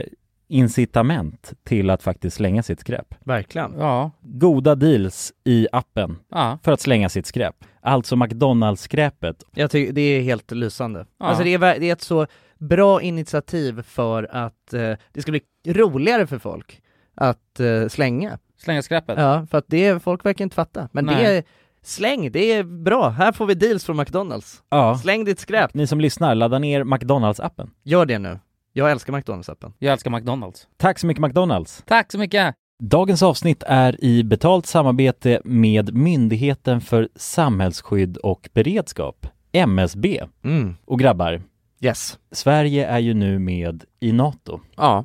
[SPEAKER 1] incitament till att faktiskt slänga sitt skräp.
[SPEAKER 2] Verkligen.
[SPEAKER 3] Ja.
[SPEAKER 1] Goda deals i appen
[SPEAKER 3] Ja.
[SPEAKER 1] för att slänga sitt skräp. Alltså McDonalds-skräpet.
[SPEAKER 2] Jag tycker det är helt lysande.
[SPEAKER 3] Ja.
[SPEAKER 2] Alltså det är, ver- det är ett så bra initiativ för att eh, det ska bli roligare för folk att eh, slänga.
[SPEAKER 3] Slänga skräpet.
[SPEAKER 2] Ja, för att det, folk verkar inte fatta. Men det
[SPEAKER 3] Nej.
[SPEAKER 2] är, släng, det är bra. Här får vi deals från McDonalds.
[SPEAKER 1] Ja.
[SPEAKER 2] Släng ditt skräp.
[SPEAKER 1] Ni som lyssnar, ladda ner McDonalds-appen.
[SPEAKER 2] Gör det nu. Jag älskar McDonalds-appen.
[SPEAKER 3] Jag älskar McDonalds.
[SPEAKER 1] Tack så mycket McDonalds!
[SPEAKER 3] Tack så mycket!
[SPEAKER 1] Dagens avsnitt är i betalt samarbete med Myndigheten för samhällsskydd och beredskap, MSB.
[SPEAKER 2] Mm.
[SPEAKER 1] Och grabbar,
[SPEAKER 2] Yes.
[SPEAKER 1] Sverige är ju nu med i NATO.
[SPEAKER 3] Ja.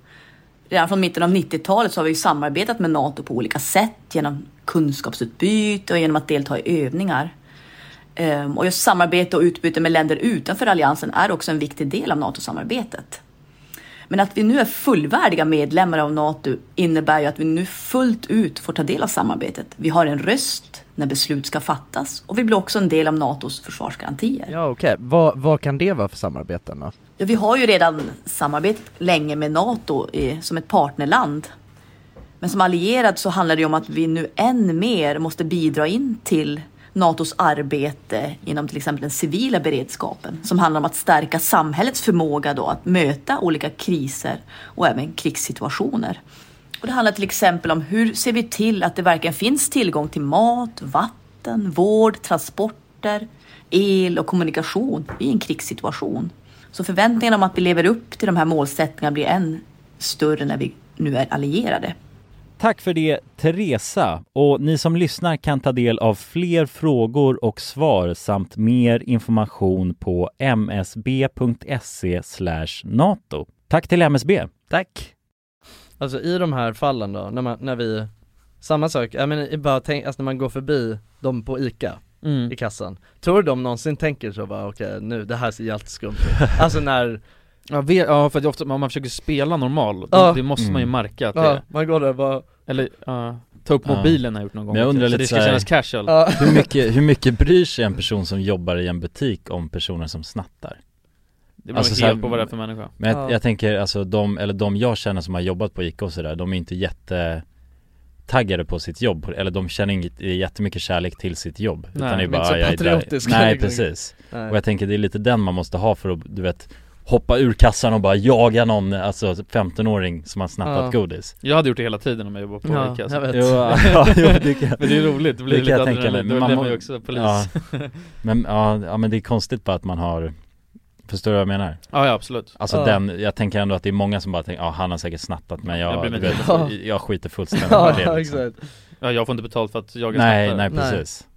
[SPEAKER 10] Redan från mitten av 90-talet så har vi ju samarbetat med NATO på olika sätt genom kunskapsutbyte och genom att delta i övningar. Ehm, Och just samarbete och utbyte med länder utanför alliansen är också en viktig del av NATO-samarbetet. Men att vi nu är fullvärdiga medlemmar av NATO innebär ju att vi nu fullt ut får ta del av samarbetet. Vi har en röst när beslut ska fattas och vi blir också en del av NATOs försvarsgarantier.
[SPEAKER 2] Ja okej, vad, vad kan det vara för samarbeten då?
[SPEAKER 10] Ja, vi har ju redan samarbetat länge med NATO i, som ett partnerland. Men som allierad så handlar det ju om att vi nu än mer måste bidra in till NATOs arbete inom till exempel den civila beredskapen som handlar om att stärka samhällets förmåga då att möta olika kriser och även krigssituationer. Och det handlar till exempel om hur ser vi till att det verkligen finns tillgång till mat, vatten, vård, transporter, el och kommunikation i en krigssituation. Så förväntningarna om att vi lever upp till de här målsättningarna blir än större när vi nu är allierade.
[SPEAKER 1] Tack för det, Teresa. Och ni som lyssnar kan ta del av fler frågor och svar samt mer information på msb.se e nato. Tack till MSB.
[SPEAKER 2] Tack. Alltså i de här fallen då, när, man, när vi, samma sak, jag menar bara tänk, alltså när man går förbi dem på ICA
[SPEAKER 6] Mm.
[SPEAKER 2] i kassan, tror du de någonsin tänker så bara okej nu, det här ser jätteskumt ut, alltså när
[SPEAKER 6] Ja, vi, ja för att ofta, om man försöker spela normal,
[SPEAKER 2] Ja.
[SPEAKER 6] det, det måste man ju
[SPEAKER 2] Mm.
[SPEAKER 6] marka att det
[SPEAKER 2] ja, man går där och bara
[SPEAKER 6] Eller, ja, ta upp mobilen har jag gjort någon gång
[SPEAKER 1] Men jag undrar
[SPEAKER 6] så
[SPEAKER 1] lite
[SPEAKER 6] det ska
[SPEAKER 1] så här,
[SPEAKER 6] kännas casual
[SPEAKER 1] Hur mycket, hur mycket bryr sig en person som jobbar i en butik om personer som snattar? Alltså
[SPEAKER 6] Det beror helt på vad det är för människa.
[SPEAKER 1] Men jag,
[SPEAKER 6] Ja.
[SPEAKER 1] jag tänker alltså de, eller de jag känner som har jobbat på ICA och sådär, de är inte jätte taggade på sitt jobb, eller de känner inget, eh, jättemycket kärlek till sitt jobb
[SPEAKER 6] Nej,
[SPEAKER 1] Utan det är
[SPEAKER 6] de är
[SPEAKER 1] bara,
[SPEAKER 6] inte så
[SPEAKER 1] "Ah, jag är där."
[SPEAKER 6] patriotiska
[SPEAKER 1] Nej
[SPEAKER 6] liksom.
[SPEAKER 1] precis
[SPEAKER 6] Nej.
[SPEAKER 1] Och jag tänker det är lite den man måste ha för att, du vet Hoppa ur kassan och bara jaga någon, alltså 15-åring som har snattat godis
[SPEAKER 6] Jag hade gjort det hela tiden om jag jobbade på
[SPEAKER 2] Ja,
[SPEAKER 6] ICA
[SPEAKER 2] jag vet.
[SPEAKER 1] Jo, ja, jo, det kan,
[SPEAKER 6] Men det är roligt, det blir
[SPEAKER 1] kan
[SPEAKER 6] lite
[SPEAKER 1] jag tänka mig.
[SPEAKER 6] adrenalin, då
[SPEAKER 1] man
[SPEAKER 6] blir
[SPEAKER 1] må-
[SPEAKER 6] man ju också polis
[SPEAKER 1] ja.
[SPEAKER 6] ja.
[SPEAKER 1] Men ja, ja, men det är konstigt bara att man har Förstår du vad jag menar?
[SPEAKER 6] Ja, ja, absolut.
[SPEAKER 1] Alltså
[SPEAKER 6] Ja.
[SPEAKER 1] den, jag tänker ändå att det är många som bara tänker, ja han har säkert snattat men jag,
[SPEAKER 6] Jag blir
[SPEAKER 1] du vet,
[SPEAKER 6] inte- Ja.
[SPEAKER 1] jag skiter fullständigt
[SPEAKER 6] Ja,
[SPEAKER 1] i det liksom.
[SPEAKER 6] exakt. Ja, jag får inte betalt för att jag
[SPEAKER 1] Nej, nej precis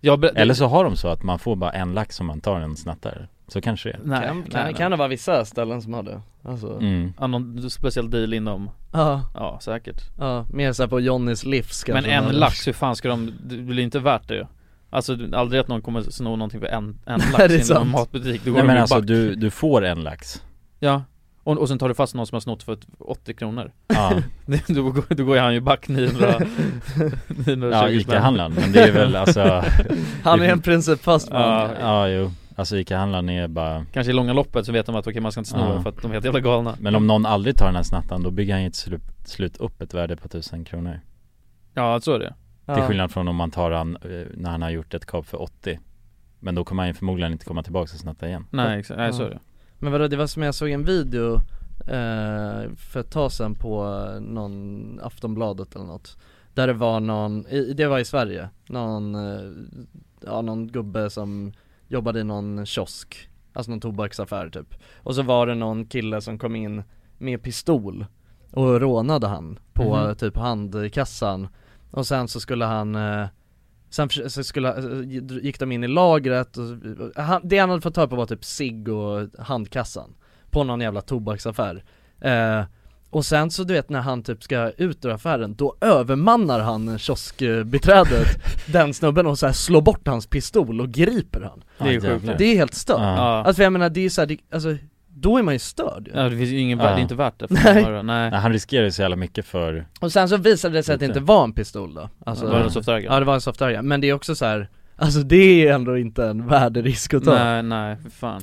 [SPEAKER 6] Jag ber-
[SPEAKER 1] Eller så har de så att man får bara en lax om man tar en snattare Så kanske det är
[SPEAKER 6] Nej,
[SPEAKER 2] kan,
[SPEAKER 6] nej,
[SPEAKER 2] kan,
[SPEAKER 6] nej.
[SPEAKER 2] kan det vara vissa ställen som har det? Alltså
[SPEAKER 1] Mm.
[SPEAKER 6] Ja, någon speciell deal inom
[SPEAKER 2] Ja.
[SPEAKER 6] Ja, säkert
[SPEAKER 2] Ja, mer såhär på Johnnys livs
[SPEAKER 6] Men
[SPEAKER 2] kanske
[SPEAKER 6] en
[SPEAKER 2] man-
[SPEAKER 6] lax, hur fan ska de, det blir inte värt det ju Alltså du- aldrig att någon kommer sno någonting för en, en
[SPEAKER 2] Det är
[SPEAKER 6] lax i
[SPEAKER 2] sant.
[SPEAKER 6] en matbutik, då går
[SPEAKER 1] Nej
[SPEAKER 6] de
[SPEAKER 1] men
[SPEAKER 6] ju
[SPEAKER 1] alltså
[SPEAKER 6] back.
[SPEAKER 1] du, du får en lax
[SPEAKER 6] Ja, och, och sen tar du fast någon som har snott för ett- 80 kronor
[SPEAKER 1] Ja.
[SPEAKER 6] Det- då, går, då går ju han ju back 900 920
[SPEAKER 1] Ja, ICA-handlaren, men det är väl alltså
[SPEAKER 2] Han är en principfast man.
[SPEAKER 1] Ja, ja jo, alltså ICA-handlaren är bara
[SPEAKER 6] Kanske i långa loppet så vet de att okej man ska inte sno
[SPEAKER 1] Ja.
[SPEAKER 6] det för att de är helt jävla galna
[SPEAKER 1] Men om någon aldrig tar den här snattaren då bygger han ju ett slut, slut upp ett värde på tusen kronor
[SPEAKER 6] Ja, så är det
[SPEAKER 1] Till skillnad från om man tar han eh, när han har gjort ett kap för 80 Men då kommer han ju förmodligen inte komma tillbaka och snatta igen
[SPEAKER 2] Ja. Men vadå, det var som jag såg en video eh, för ett tag sedan på eh, någon Aftonbladet eller något Där det var någon, i, det var i Sverige, någon, eh, ja någon gubbe som jobbade i någon kiosk Alltså någon tobaksaffär typ Och så var det någon kille som kom in med pistol och rånade han på
[SPEAKER 6] Mhm.
[SPEAKER 2] eh, typ handkassan Och sen så skulle han eh, Sen förs- så skulle, eh, gick de in i lagret och, eh, han, det han hade fått tag på var typ cigg och handkassan På någon jävla tobaksaffär eh, Och sen så du vet när han typ ska ut ur affären, då övermannar han kioskbiträdet Den snubben och så här slår bort hans pistol och griper han
[SPEAKER 6] Det är ju sjukt.
[SPEAKER 2] Det är helt stört
[SPEAKER 6] Ja.
[SPEAKER 2] Alltså för jag menar det är så här, det, alltså då är man ju störd ju.
[SPEAKER 6] Ja det finns ju ingen värde, det är inte värt det för
[SPEAKER 2] Nej.
[SPEAKER 6] några, nej.
[SPEAKER 1] Han riskerar ju så jävla mycket för...
[SPEAKER 2] Och sen så visade det sig att det inte var en pistol då alltså,
[SPEAKER 6] Det var en soft target.
[SPEAKER 2] Ja det var en soft target, men det är också så här. Alltså det är ju ändå inte en värderisk att ta
[SPEAKER 6] Nej nej, för fan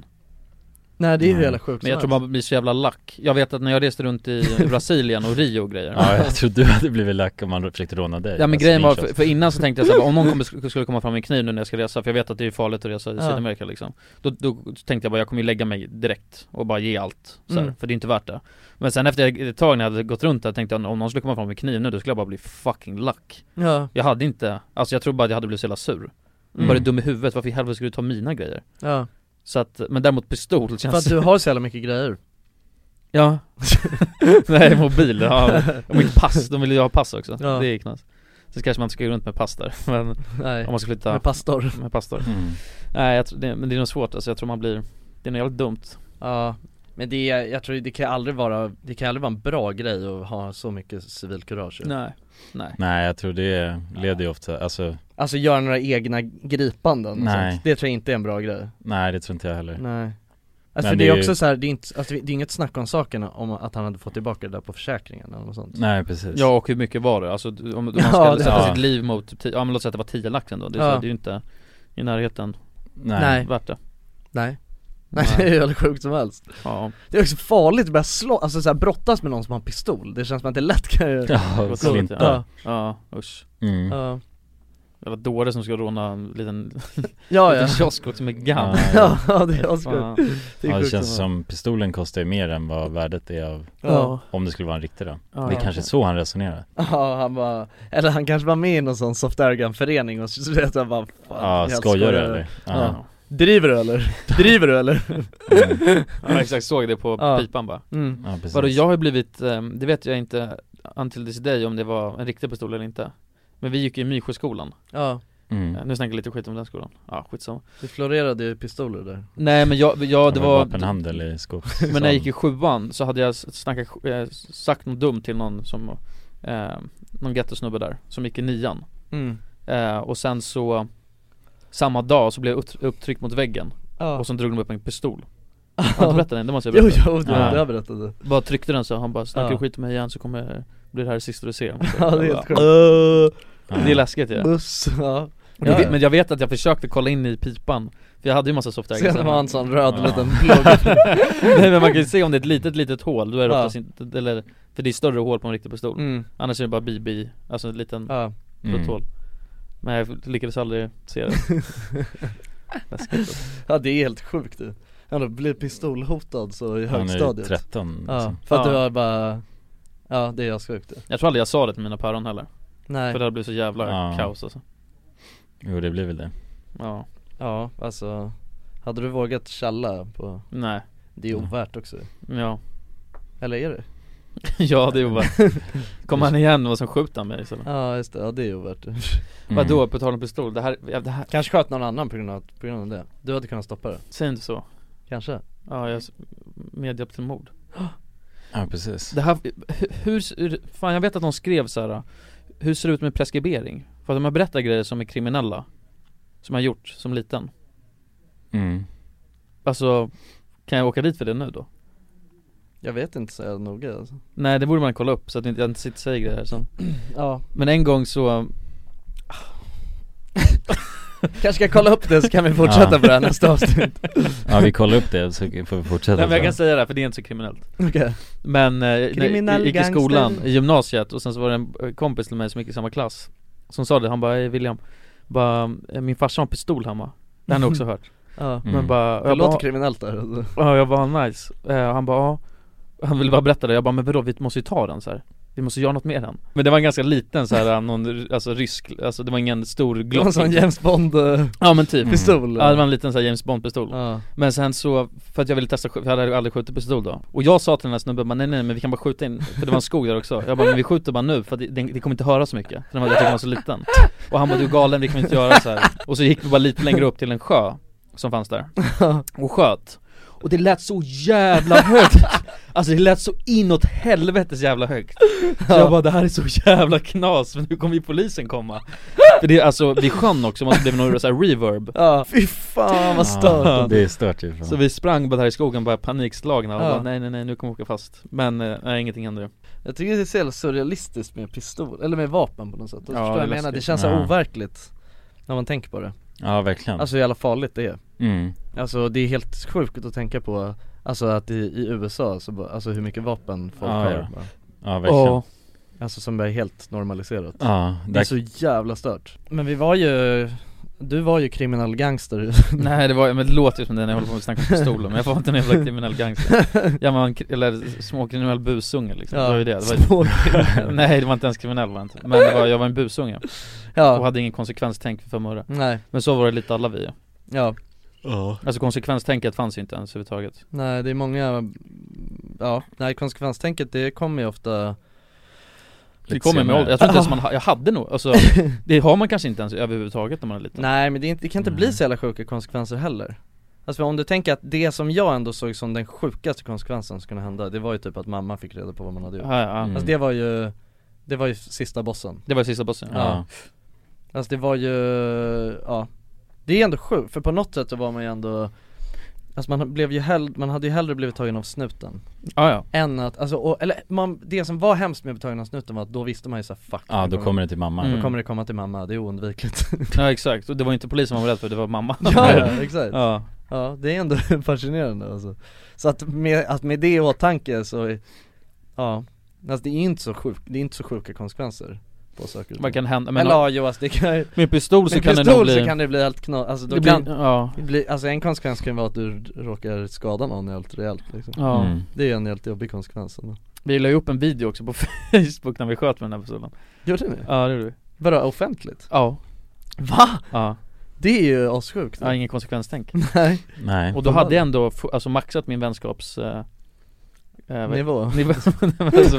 [SPEAKER 2] Nej, det är ju jävla sjukt
[SPEAKER 6] Men jag
[SPEAKER 2] som
[SPEAKER 6] tror man blir så jävla lack Jag vet att när jag reste runt i Brasilien och Rio och grejer
[SPEAKER 1] Ja, jag tror du hade blivit lack om han försökte råna dig.
[SPEAKER 6] Ja men
[SPEAKER 1] Alltså,
[SPEAKER 6] grejen var, för,
[SPEAKER 1] screenshots.
[SPEAKER 6] för innan så tänkte jag såhär, om någon kommer, sk- skulle komma fram med en kniv nu när jag ska resa, för jag vet att det är farligt att resa i
[SPEAKER 2] Ja.
[SPEAKER 6] Sydamerika liksom då, då tänkte jag bara, jag kommer ju lägga mig direkt och bara ge allt så här,
[SPEAKER 2] Mm.
[SPEAKER 6] för det är inte värt det Men sen efter ett tag när jag hade gått runt där tänkte jag, om någon skulle komma fram med en kniv nu, då skulle jag bara bli fucking lack
[SPEAKER 2] Ja.
[SPEAKER 6] Jag hade inte, alltså jag tror bara att jag hade blivit så jävla sur
[SPEAKER 2] Mm.
[SPEAKER 6] Bara du dum i huvudet, varför i helvete skulle du ta mina grejer?
[SPEAKER 2] Ja.
[SPEAKER 6] Så att, men däremot pistol känns
[SPEAKER 2] För att du har så jävla mycket grejer
[SPEAKER 6] Ja Nej, mobil, ja, och mitt pass, de vill ju ha pass också,
[SPEAKER 2] Ja.
[SPEAKER 6] det är knas Sen kanske man inte ska gå runt med pass där, men
[SPEAKER 2] Nej,
[SPEAKER 6] om man ska flytta
[SPEAKER 2] med pastor.
[SPEAKER 6] Med pastor
[SPEAKER 1] Mm.
[SPEAKER 6] Nej jag tror, det, men det är nog svårt alltså, jag tror man blir, det är nog jävligt dumt
[SPEAKER 2] Ja, men det, är- jag tror det kan aldrig vara, det kan aldrig vara en bra grej att ha så mycket civilkurage
[SPEAKER 6] Nej, nej
[SPEAKER 1] Nej jag tror det leder ju ofta, alltså
[SPEAKER 2] Alltså göra några egna gripanden och
[SPEAKER 1] Nej.
[SPEAKER 2] sånt. det tror jag inte är en bra grej
[SPEAKER 1] nej det tror inte jag heller.
[SPEAKER 2] Nej Alltså
[SPEAKER 1] Men
[SPEAKER 2] för det är
[SPEAKER 1] ju-
[SPEAKER 2] också så här, det är inte, alltså, det är inget snack om saken om att han hade fått tillbaka det där på försäkringen eller något sånt
[SPEAKER 1] Nej precis.
[SPEAKER 6] Ja och hur mycket var det? Alltså om, om man
[SPEAKER 2] Ja,
[SPEAKER 6] ska
[SPEAKER 2] det-
[SPEAKER 6] sätta
[SPEAKER 2] ja.
[SPEAKER 6] sitt liv mot, ti- ja men låt säga att det var 10 lax ändå, det är,
[SPEAKER 2] Ja.
[SPEAKER 6] så, det är ju inte i närheten
[SPEAKER 1] Nej.
[SPEAKER 6] värt det
[SPEAKER 2] Nej Nej det är jävla sjukt som helst
[SPEAKER 6] Ja.
[SPEAKER 2] Det är också farligt att börja slå, alltså så här, brottas med någon som har en pistol, det känns som att det lätt kan ju
[SPEAKER 1] Ja,
[SPEAKER 2] gå-
[SPEAKER 1] slinta.
[SPEAKER 2] ja.
[SPEAKER 6] Ja, usch
[SPEAKER 1] Mm.
[SPEAKER 2] Ja.
[SPEAKER 6] Jävla dåre som ska råna en liten,
[SPEAKER 2] Ja, ja.
[SPEAKER 6] liten kiosk också med gammal
[SPEAKER 2] Ja, ja, det är asgott.
[SPEAKER 6] Fan.
[SPEAKER 2] Det
[SPEAKER 1] Det
[SPEAKER 2] är
[SPEAKER 1] ja, det
[SPEAKER 2] sjukt
[SPEAKER 1] känns
[SPEAKER 2] som
[SPEAKER 1] som pistolen kostar ju mer än vad värdet är av,
[SPEAKER 2] Ja.
[SPEAKER 1] om det skulle vara en riktig då.
[SPEAKER 2] Ja,
[SPEAKER 1] det
[SPEAKER 2] ja.
[SPEAKER 1] kanske är så han resonerar.
[SPEAKER 2] Ja han bara, eller han kanske var med i någon sån soft airgun-förening och så vet jag bara fan,
[SPEAKER 1] Ja,
[SPEAKER 2] jag
[SPEAKER 1] skojar du eller?
[SPEAKER 2] Ja.
[SPEAKER 1] Ja.
[SPEAKER 2] Driver du eller? Driver du eller?
[SPEAKER 6] Mm. Ja exakt, såg det på
[SPEAKER 2] Ja.
[SPEAKER 6] pipan bara
[SPEAKER 2] Mm.
[SPEAKER 1] Ja, precis.
[SPEAKER 6] Vadå jag har ju blivit, ehm, det vet jag inte until this day om det var en riktig pistol eller inte Men vi gick ju i Mysjöskolan
[SPEAKER 2] Ja.
[SPEAKER 1] Mm.
[SPEAKER 6] Eh, Nu snackar jag lite skit om den skolan, ja skitsamma
[SPEAKER 2] Det florerade ju pistoler där
[SPEAKER 6] Nej men jag, jag det
[SPEAKER 1] var
[SPEAKER 6] var
[SPEAKER 1] vapenhandel i skops-
[SPEAKER 6] Men när jag gick i sjuan så hade jag s- snackat, sk- eh, sagt något dumt till någon som, eh, någon gettosnubbe där, som gick i nian
[SPEAKER 2] Mm.
[SPEAKER 6] eh, Och sen så, samma dag så blev jag ut- upptryckt mot väggen
[SPEAKER 2] Ja.
[SPEAKER 6] och sen drog de upp en pistol Har jag inte berättat den? Det måste jag
[SPEAKER 2] Jo,
[SPEAKER 6] berätta
[SPEAKER 2] jo, det- det har jag berättat det.
[SPEAKER 6] Bara tryckte den så, han bara 'snackar du
[SPEAKER 2] Ja.
[SPEAKER 6] skit om mig igen så kommer, blir det här det sista du ser'
[SPEAKER 2] Ja det är helt sjukt
[SPEAKER 6] Det är läskigt ju
[SPEAKER 2] Buss, ja
[SPEAKER 6] Men jag vet- Men jag vet att jag försökte kolla in i pipan För jag hade ju massa soft
[SPEAKER 2] Sen var han sån röd liten blå-
[SPEAKER 6] Nej men man kan ju se om det är ett litet litet hål, då är det
[SPEAKER 2] Ja.
[SPEAKER 6] oftast inte, eller För det är större hål på en riktig pistol
[SPEAKER 2] Mm.
[SPEAKER 6] Annars är det bara BB, alltså en liten
[SPEAKER 2] Ja.
[SPEAKER 6] rutt
[SPEAKER 2] Mm.
[SPEAKER 6] hål Men jag lyckades aldrig se det Läskigt
[SPEAKER 2] Ja det är helt sjukt du Han blir pistolhotad så i
[SPEAKER 6] Han är
[SPEAKER 2] högstadiet
[SPEAKER 6] 13,
[SPEAKER 2] Ja,
[SPEAKER 6] liksom.
[SPEAKER 2] för att
[SPEAKER 6] Ja.
[SPEAKER 2] du har bara Ja det är assjukt det
[SPEAKER 6] Jag tror aldrig jag sa det till mina päron heller
[SPEAKER 2] Nej.
[SPEAKER 6] För det hade blivit så jävla
[SPEAKER 1] Ja.
[SPEAKER 6] kaos alltså
[SPEAKER 1] Jo det blir väl det.
[SPEAKER 6] Ja
[SPEAKER 2] Ja alltså Hade du vågat tjalla på
[SPEAKER 6] Nej
[SPEAKER 2] Det är ovärt också
[SPEAKER 6] Ja
[SPEAKER 2] Eller är det?
[SPEAKER 6] Ja det är ovärt Kommer han igen och så skjuter han mig istället
[SPEAKER 2] Ja just det, ja det är ovärt det
[SPEAKER 6] Vadå på tal om pistol? Det här, ja, det här
[SPEAKER 2] Kanske sköt någon annan på grund, av, på grund av det Du hade kunnat stoppa det
[SPEAKER 6] Säg inte så
[SPEAKER 2] Kanske
[SPEAKER 6] Ja jag s- medhjälp till mord
[SPEAKER 1] Ja precis.
[SPEAKER 6] Det här, hur- hur, hur, fan jag vet att de skrev så här. äh, Hur ser det ut med preskribering? För att de har berättat grejer som är kriminella Som jag har gjort som liten
[SPEAKER 1] Mm.
[SPEAKER 6] Alltså, kan jag åka dit för det nu då?
[SPEAKER 2] Jag vet inte så jävla noga alltså.
[SPEAKER 6] Nej det borde man kolla upp så att jag inte- jag inte sitter och säger grejer här sen
[SPEAKER 2] Ja.
[SPEAKER 6] Men en gång så äh,
[SPEAKER 2] Kanske ska kolla upp det så kan vi fortsätta
[SPEAKER 1] Ja.
[SPEAKER 2] på det här nästa avsnitt
[SPEAKER 1] Ja vi kollar upp det så får vi fortsätta
[SPEAKER 6] Nej men jag
[SPEAKER 1] så.
[SPEAKER 6] kan säga det här, för det är inte så kriminellt
[SPEAKER 2] Okej.
[SPEAKER 6] Men eh, när
[SPEAKER 2] Kriminell
[SPEAKER 6] jag gick i
[SPEAKER 2] gangster.
[SPEAKER 6] skolan, i gymnasiet och sen så var det en eh, kompis till mig som gick i samma klass Som sa det, han bara "Hej, William bara, eh, min farsa har en pistol hemma Det har han också hört
[SPEAKER 2] Ja.
[SPEAKER 6] Men
[SPEAKER 2] Mm.
[SPEAKER 6] bara,
[SPEAKER 2] Det
[SPEAKER 6] jag
[SPEAKER 2] låter
[SPEAKER 6] bara,
[SPEAKER 2] kriminellt där, alltså.
[SPEAKER 6] Ja jag bara nice, eh, han bara "Ja." Han ville bara berätta det, jag bara men vadå vi måste ju ta den så här. Vi måste göra något med den Men det var en ganska liten så här, någon, alltså rysk, alltså det var ingen stor Glock
[SPEAKER 2] Det var en sån James Bond eh,
[SPEAKER 6] Ja men typ
[SPEAKER 2] Pistol
[SPEAKER 6] Ja det var en liten sån här James Bond pistol
[SPEAKER 2] Ja.
[SPEAKER 6] Men sen så, för att jag ville testa, skj- för jag hade aldrig skjutit pistol då Och jag sa till den här snubben bara, nej nej men vi kan bara skjuta in, för det var en skog där också Jag bara men vi skjuter bara nu för att det, det, det kommer inte höra så mycket För den var, jag tyckte den var så liten Och han bara du är galen, vi kan inte göra så här. Och så gick vi bara lite längre upp till en sjö som fanns där Och sköt och det lät så jävla högt Alltså det lät så inåt helvetes jävla högt Så jag bara det här är så jävla knas, men nu kommer ju polisen komma För det är alltså vid sjön också, måste det bli någon så här reverb
[SPEAKER 2] Ja, fy fan vad stört
[SPEAKER 6] Ja.
[SPEAKER 2] ändå.
[SPEAKER 11] Det är stört ju.
[SPEAKER 6] Så vi sprang bara där i skogen, bara panikslagna och
[SPEAKER 2] Ja.
[SPEAKER 6] bara, nej nej nej nu kommer vi åka fast Men eh, nej, ingenting hände
[SPEAKER 2] Jag tycker det är så jävla surrealistiskt med pistol, eller med vapen på något sätt,
[SPEAKER 6] Ja,
[SPEAKER 2] ja, förstår
[SPEAKER 6] det
[SPEAKER 2] vad
[SPEAKER 6] är
[SPEAKER 2] jag menar? Det
[SPEAKER 6] läskigt.
[SPEAKER 2] känns så
[SPEAKER 6] Ja.
[SPEAKER 2] overkligt när man tänker på det
[SPEAKER 1] Ja, verkligen.
[SPEAKER 2] Alltså hur jävla farligt det är
[SPEAKER 1] Mm.
[SPEAKER 2] Alltså det är helt sjukt att tänka på, alltså att i, i USA, så, bara- alltså hur mycket vapen folk
[SPEAKER 1] Ja,
[SPEAKER 2] har
[SPEAKER 1] Ah, ja.
[SPEAKER 2] bara.
[SPEAKER 1] Ja, verkligen. Ja.
[SPEAKER 2] Alltså som är helt normaliserat
[SPEAKER 1] Ja,
[SPEAKER 2] Det
[SPEAKER 1] där-
[SPEAKER 2] är så jävla stört Men vi var ju, du var ju kriminell gangster
[SPEAKER 6] Nej det var, men det låter ju som det när jag håller på att snacka om pistoler, men jag var inte en jävla kriminell gangster Ja man, eller småkriminell busunge liksom, det var ju det, det var,
[SPEAKER 2] småkriminell.
[SPEAKER 6] Nej det var inte ens kriminell var jag inte, men det var, jag var en busunge
[SPEAKER 2] Ja.
[SPEAKER 6] Och hade ingen konsekvenstänk för fem öre
[SPEAKER 2] Nej.
[SPEAKER 6] Men så var det lite alla vi ju.
[SPEAKER 2] Ja
[SPEAKER 6] Alltså konsekvenstänket fanns ju inte ens överhuvudtaget
[SPEAKER 2] Nej det är många, ja, nej konsekvenstänket det kommer ju ofta
[SPEAKER 6] Det kommer med ålder, jag tror inte ens man, ha- jag hade nog, alltså Det har man kanske inte ens överhuvudtaget när man är liten Mm.
[SPEAKER 2] Nej men det, är inte, det kan inte bli så jävla sjuka konsekvenser heller Alltså om du tänker att det som jag ändå såg som den sjukaste konsekvensen som kunde hända Det var ju typ att mamma fick reda på vad man hade gjort
[SPEAKER 6] Ja, ja.
[SPEAKER 2] Alltså
[SPEAKER 6] Mm.
[SPEAKER 2] det var ju, det var ju sista bossen
[SPEAKER 6] Det var sista bossen,
[SPEAKER 2] ja,
[SPEAKER 6] ja.
[SPEAKER 2] Alltså det var ju, ja Det är ändå sjukt, för på något sätt så var man ju ändå Alltså man blev ju hell- man hade ju hellre blivit tagen av snuten
[SPEAKER 6] Ja, ja.
[SPEAKER 2] Än att, alltså, och, eller man, det som var hemskt med att bli tagen av snuten var att då visste man ju såhär fuck
[SPEAKER 1] Ja, då kommer det till mamma.
[SPEAKER 2] Då
[SPEAKER 1] Mm.
[SPEAKER 2] kommer det komma till mamma, det är oundvikligt
[SPEAKER 6] Ja exakt, och det var inte polisen man var rädd för, det var mamma
[SPEAKER 2] Ja, ja exakt.
[SPEAKER 6] Ja.
[SPEAKER 2] Ja. det är ändå fascinerande alltså. Så att med, att med det i åtanke så, ja, alltså det är inte så sjukt, det är inte så sjuka konsekvenser på saker och
[SPEAKER 6] Vad
[SPEAKER 2] ting.
[SPEAKER 6] kan hända? Men-
[SPEAKER 2] Eller ja Joas, det kan
[SPEAKER 6] Med pistol så
[SPEAKER 2] med
[SPEAKER 6] kan det nog
[SPEAKER 2] pistol
[SPEAKER 6] bli-
[SPEAKER 2] så kan det bli helt knas, alltså då
[SPEAKER 6] Det blir-
[SPEAKER 2] kan,
[SPEAKER 6] ja.
[SPEAKER 2] det blir, alltså en konsekvens kan vara att du råkar skada någon helt rejält liksom.
[SPEAKER 6] Ja. Mm.
[SPEAKER 2] Det är ju en helt jobbig konsekvens ändå.
[SPEAKER 6] Vi la ju upp en video också på Facebook när vi sköt med den här pistolen
[SPEAKER 2] Gjorde ni?
[SPEAKER 6] Ja det gjorde vi
[SPEAKER 2] Vadå, offentligt?
[SPEAKER 6] Ja
[SPEAKER 2] Va?
[SPEAKER 6] Ja
[SPEAKER 2] Det är ju assjukt
[SPEAKER 6] Ja, ingen konsekvenstänk
[SPEAKER 2] Nej
[SPEAKER 1] Nej.
[SPEAKER 6] Och då hade jag ändå f- alltså, maxat min vänskaps eh, eh, vad-
[SPEAKER 2] Nivå.
[SPEAKER 6] nivå alltså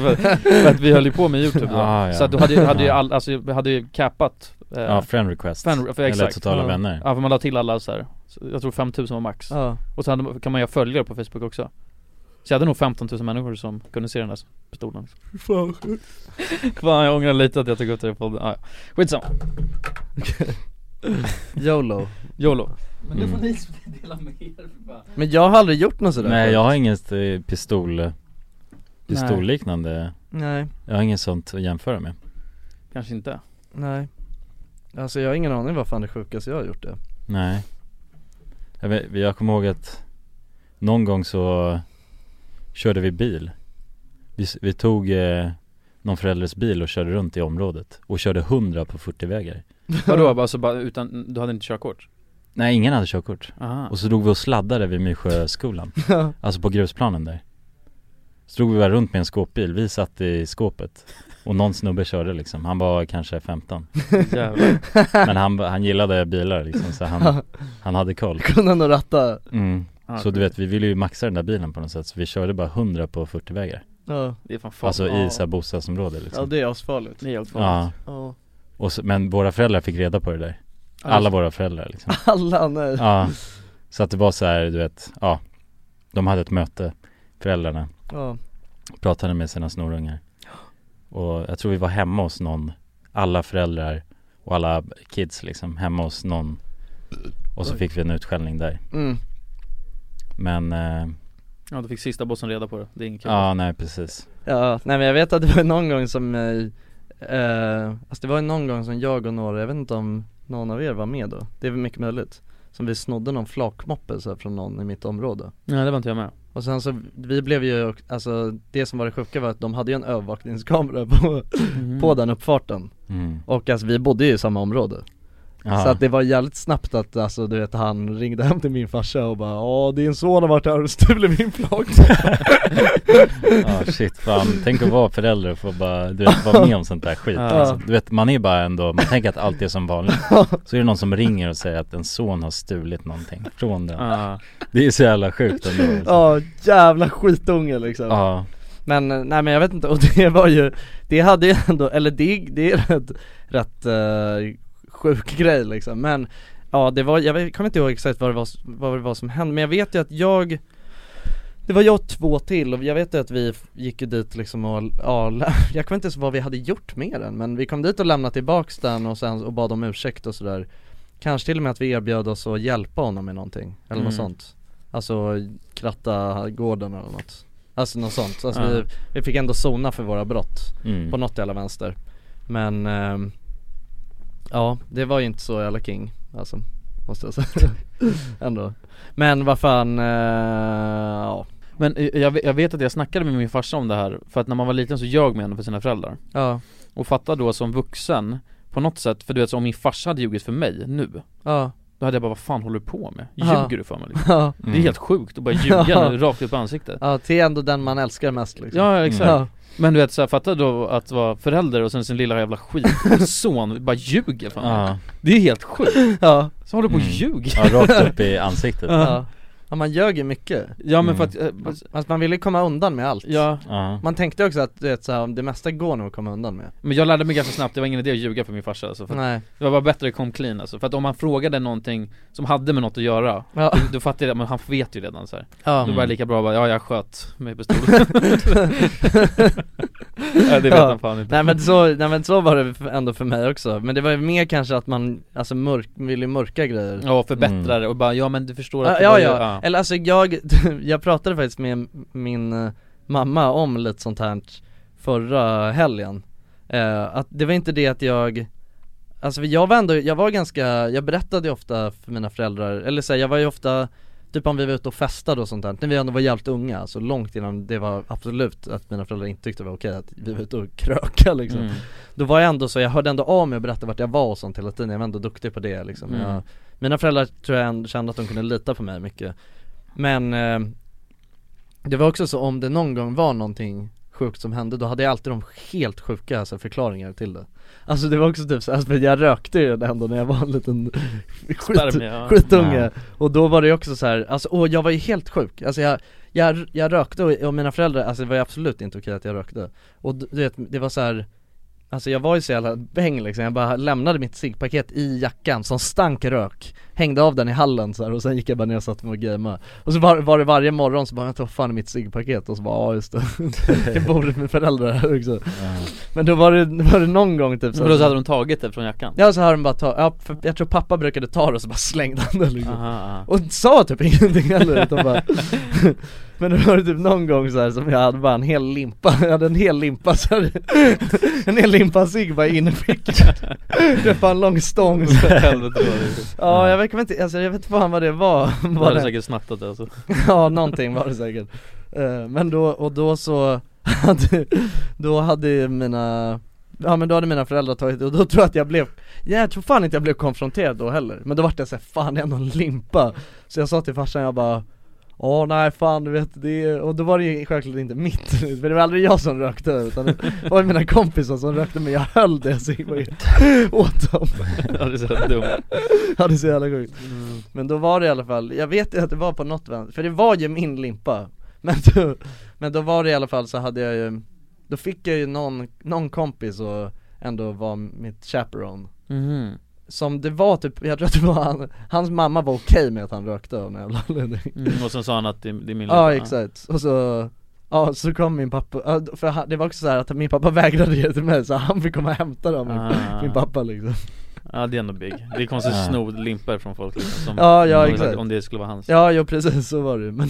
[SPEAKER 6] för, för att vi höll ju på med youtube då.
[SPEAKER 1] Ah, ja.
[SPEAKER 6] Så att då hade, ju- hade ju all, alltså jag hade ju capat eh,
[SPEAKER 1] Ja, friend request.
[SPEAKER 6] friend, för,
[SPEAKER 1] Eller
[SPEAKER 6] exakt.
[SPEAKER 1] totala
[SPEAKER 6] ja.
[SPEAKER 1] vänner.
[SPEAKER 6] Ja för man la till alla så här. Så jag tror 5000 var max
[SPEAKER 2] Ja.
[SPEAKER 6] Och sen hade man- kan man göra följare på facebook också Så jag hade nog 15 000 människor som kunde se den där pistolen
[SPEAKER 2] Fan
[SPEAKER 6] Fan jag ångrar lite att jag tog upp det i podden, ah, ja. skitsamma
[SPEAKER 2] YOLO
[SPEAKER 6] YOLO
[SPEAKER 2] Men det får Mm.
[SPEAKER 12] ni dela med er bara.
[SPEAKER 2] Men jag har aldrig gjort något sådär
[SPEAKER 1] Nej
[SPEAKER 2] förut.
[SPEAKER 1] jag har inget eh, pistol Pistolliknande
[SPEAKER 2] Nej.
[SPEAKER 1] Jag har inget sånt att jämföra med
[SPEAKER 6] Kanske inte
[SPEAKER 2] Nej Alltså jag har ingen aning vad fan det sjukaste jag har gjort det
[SPEAKER 1] Nej Jag, vet, jag kommer ihåg att Någon gång så Körde vi bil Vi, s- vi tog eh, Någon förälders bil och körde runt i området Och körde 100 på 40-vägar
[SPEAKER 6] Vadå, alltså bara utan, du hade inte körkort?
[SPEAKER 1] Nej ingen hade körkort
[SPEAKER 6] Aha.
[SPEAKER 1] Och så drog vi och sladdade vid Mysjöskolan
[SPEAKER 6] Ja.
[SPEAKER 1] Alltså på grusplanen där Så drog vi bara runt med en skåpbil, vi satt i skåpet Och någon snubbe körde liksom, han var kanske 15
[SPEAKER 6] Jävlar.
[SPEAKER 1] Men han, han gillade bilar liksom så han, han hade koll
[SPEAKER 2] Kunde han ratta?
[SPEAKER 1] mm.
[SPEAKER 2] Ah,
[SPEAKER 1] Så du vet, vi ville ju maxa den där bilen på något sätt Så vi körde bara 100 på 40-vägar
[SPEAKER 2] Ja. Det är fan farligt.
[SPEAKER 1] Alltså i
[SPEAKER 2] Ja.
[SPEAKER 1] så här bostadsområde liksom
[SPEAKER 2] Ja det är asfarligt Det är
[SPEAKER 1] Ja,
[SPEAKER 2] ja.
[SPEAKER 1] och så, men våra föräldrar fick reda på det där
[SPEAKER 2] Ja,
[SPEAKER 1] Alla
[SPEAKER 2] just-
[SPEAKER 1] våra föräldrar liksom
[SPEAKER 2] Alla, nej.
[SPEAKER 1] Ja, så att det var så här, du vet, ja De hade ett möte, föräldrarna
[SPEAKER 2] Ja.
[SPEAKER 1] Pratade med sina snorungar Och jag tror vi var hemma hos någon Alla föräldrar och alla kids liksom, hemma hos någon Och så
[SPEAKER 6] Oj.
[SPEAKER 1] fick vi en utskällning där
[SPEAKER 2] Mm.
[SPEAKER 1] Men, eh,
[SPEAKER 6] Ja, du fick sista bossen reda på det, det är inget kul
[SPEAKER 1] ja nej precis
[SPEAKER 2] Ja, nej men jag vet att det var någon gång som, eh, eh, alltså det var någon gång som jag och några, jag vet inte om någon av er var med då, det är väl mycket möjligt Som vi snodde någon flakmoppe så här, från någon i mitt område
[SPEAKER 6] Nej det var inte jag med
[SPEAKER 2] Och sen så, vi blev ju, alltså det som var det sjuka var att de hade ju en övervakningskamera på, på den uppfarten
[SPEAKER 1] Mm.
[SPEAKER 2] Och alltså vi bodde ju i samma område
[SPEAKER 1] Ja.
[SPEAKER 2] Så att det var jävligt snabbt att alltså du vet han ringde hem till min farsa och bara Ja din son har varit här och stulit min flakmoppe
[SPEAKER 1] Ja Ah, shit fan, tänk att vara förälder och få bara, du vet, vara med om sånt där skit
[SPEAKER 2] Ja.
[SPEAKER 1] alltså, Du vet man är bara ändå, man tänker att allt är som vanligt Så är det någon som ringer och säger att en son har stulit någonting från den
[SPEAKER 6] Ja.
[SPEAKER 1] Det är så jävla sjukt ändå liksom.
[SPEAKER 2] Ja, jävla skitunge liksom
[SPEAKER 1] Ja.
[SPEAKER 2] Men eh, nej men jag vet inte, och det var ju Det hade ju ändå, eller det, det är rätt, rätt eh, sjuk grej liksom Men ja det var, jag vet- kommer inte ihåg exakt vad det var, s- vad det var som hände Men jag vet ju att jag Det var jag och två till och jag vet ju att vi f- gick ju dit liksom och, ja, lä- jag kommer inte ens ihåg vad vi hade gjort med den men vi kom dit och lämnade tillbaks den och sen och bad om ursäkt och sådär Kanske till och med att vi erbjöd oss att hjälpa honom med någonting eller något
[SPEAKER 5] Mm.
[SPEAKER 2] sånt Alltså kratta gården eller något Alltså något sånt, alltså
[SPEAKER 5] Ja.
[SPEAKER 2] vi, vi fick ändå sona för våra brott
[SPEAKER 5] Mm.
[SPEAKER 2] på något jävla vänster Men ehm, Ja, det var ju inte så jävla king alltså, måste jag säga Ändå Men vad fan, eh, ja
[SPEAKER 6] Men eh, jag, ve- jag vet att jag snackade med min farsa om det här, för att när man var liten så ljög man ändå för sina föräldrar
[SPEAKER 2] Ja.
[SPEAKER 6] Och fatta då som vuxen, på något sätt, för du vet så om min farsa hade ljugit för mig nu
[SPEAKER 2] Ja.
[SPEAKER 6] Då hade jag bara, vad fan håller du på med? Ljuger
[SPEAKER 2] Ja.
[SPEAKER 6] du för mig liksom?
[SPEAKER 2] Ja. Mm.
[SPEAKER 6] Det är helt sjukt att bara ljuga
[SPEAKER 2] Ja.
[SPEAKER 6] nu, rakt upp i ansiktet
[SPEAKER 2] Ja, till ändå den man älskar mest liksom
[SPEAKER 6] Ja exakt
[SPEAKER 5] Mm.
[SPEAKER 2] Ja.
[SPEAKER 6] Mm. Men du vet såhär, fatta då att vara förälder och sen sin lilla jävla skitson bara ljuger för mig
[SPEAKER 1] Ja.
[SPEAKER 6] Det är helt sjukt
[SPEAKER 2] Ja
[SPEAKER 6] Så håller du
[SPEAKER 2] Mm.
[SPEAKER 6] på och ljuger
[SPEAKER 2] Ja, ja man ljög ju mycket
[SPEAKER 6] Ja, men för att, eh,
[SPEAKER 2] Fast man ville ju komma undan med allt
[SPEAKER 6] Mm. Ja
[SPEAKER 1] Ja.
[SPEAKER 2] Man tänkte också att du vet, så här, det mesta går nog att komma undan med
[SPEAKER 6] Men jag lärde mig ganska snabbt, det var ingen idé att ljuga för min farsa alltså, för att
[SPEAKER 2] Nej.
[SPEAKER 6] Det var bara bättre att kom clean alltså, för att om han frågade någonting som hade med något att göra
[SPEAKER 2] Ja.
[SPEAKER 6] då, då fattade jag, men han vet ju redan så här.
[SPEAKER 2] Ja.
[SPEAKER 6] Då var det
[SPEAKER 2] Mm.
[SPEAKER 6] lika bra att bara, ja jag sköt med pistolen Ja det vet han fan inte
[SPEAKER 2] Nej men så, nej men så var det f- ändå för mig också, men det var ju mer kanske att man, alltså mörk, ville mörka grejer
[SPEAKER 6] Ja, förbättra det och bara, ja men du förstår att
[SPEAKER 2] ja,
[SPEAKER 6] det
[SPEAKER 2] ja,
[SPEAKER 6] var ju-
[SPEAKER 2] ja.
[SPEAKER 6] ja.
[SPEAKER 2] eller alltså jag, jag pratade faktiskt med min eh, mamma om lite sånt här förra helgen eh, Att det var inte det att jag Alltså för jag var ändå, jag var ganska, jag berättade ju ofta för mina föräldrar, eller så här, jag var ju ofta Typ om vi var ute och festade och sånt där, när vi ändå var jävligt unga, alltså långt innan det var absolut att mina föräldrar inte tyckte det var okej att vi var ute och kröka liksom
[SPEAKER 5] Mm.
[SPEAKER 2] Då var jag ändå så, jag hörde ändå av mig och berättade vart jag var och sånt hela tiden, jag var ändå duktig på det liksom
[SPEAKER 5] Mm.
[SPEAKER 2] jag, Mina föräldrar tror jag ändå kände att de kunde lita på mig mycket Men eh, det var också så om det någon gång var någonting sjukt som hände, då hade jag alltid de helt sjuka alltså, förklaringar till det Alltså det var också typ så, alltså, för jag rökte ju ändå när jag var en liten skit,
[SPEAKER 6] Spermie, ja.
[SPEAKER 2] skitunge
[SPEAKER 6] Ja.
[SPEAKER 2] Och då var det också så här, alltså och jag var ju helt sjuk, alltså jag, jag, jag rökte och, och mina föräldrar, alltså det var ju absolut inte okej att jag rökte Och d- du vet, det var så här Alltså jag var ju så jävla bäng liksom, jag bara lämnade mitt ciggpaket i jackan som stank rök Hängde av den i hallen så här, och sen gick jag bara ner och satte mig och gamea Och så var, var det varje morgon så bara, vänta vad fan är mitt ciggpaket? Och så bara, ja just det, det borde med föräldrar här också Men då var det, var det någon gång typ
[SPEAKER 6] Men då så hade de tagit det från jackan?
[SPEAKER 2] Ja så hade de bara tagit, ja, för jag tror pappa brukade ta det och så bara slängde han det liksom
[SPEAKER 6] Aha, aha.
[SPEAKER 2] Och sa typ ingenting heller utan bara Men det var det typ någon gång så här som jag hade bara en hel limpa, jag hade en hel limpa så här, En hel limpa cigg bara inne i fickan Det var en lång stång så här.
[SPEAKER 6] Helvete vad det-
[SPEAKER 2] Ja jag vet jag inte, alltså jag vet fan vad det var
[SPEAKER 6] Då
[SPEAKER 2] Vad
[SPEAKER 6] hade
[SPEAKER 2] det-
[SPEAKER 6] du säkert snattat det alltså
[SPEAKER 2] Ja någonting var det säkert Eh, Men då, och då så hade, då hade mina Ja men då hade mina föräldrar tagit och då tror jag att jag blev ja, Jag tror fan inte jag blev konfronterad då heller Men då vart jag såhär, fan det är ändå en limpa Så jag sa till farsan, jag bara Åh nej fan du vet det är, och då var det ju självklart inte mitt För det var aldrig jag som rökte utan det var ju mina kompisar som rökte men jag höll det så jag var ju åt dem
[SPEAKER 6] Ja, det är så jävla dumt.
[SPEAKER 2] Ja det är så jävla sjukt
[SPEAKER 6] Mm.
[SPEAKER 2] Men då var det i alla fall, jag vet ju att det var på något vänster, för det var ju min limpa Men då, men då var det i alla fall så hade jag ju Då fick jag ju någon, någon kompis och ändå var mitt chaperone
[SPEAKER 6] Mhm.
[SPEAKER 2] Som det var typ, jag tror att det var han, hans mamma var okej med att han rökte av någon jävla anledning
[SPEAKER 6] Mm, och sen sa han att det, det är min
[SPEAKER 2] Ja
[SPEAKER 6] limpa.
[SPEAKER 2] exakt, och så Ja så kom min pappa, ja, för han, det var också så här att min pappa vägrade ge det till mig så han fick komma och hämta det av min,
[SPEAKER 6] Ah.
[SPEAKER 2] min pappa liksom
[SPEAKER 6] Ja det är ändå big, det är konstigt
[SPEAKER 2] Ja.
[SPEAKER 6] att sno limpor från folk liksom, som,
[SPEAKER 2] Ja ja
[SPEAKER 6] om-
[SPEAKER 2] exakt
[SPEAKER 6] Om det skulle vara hans
[SPEAKER 2] Ja ja precis, så var det ju. men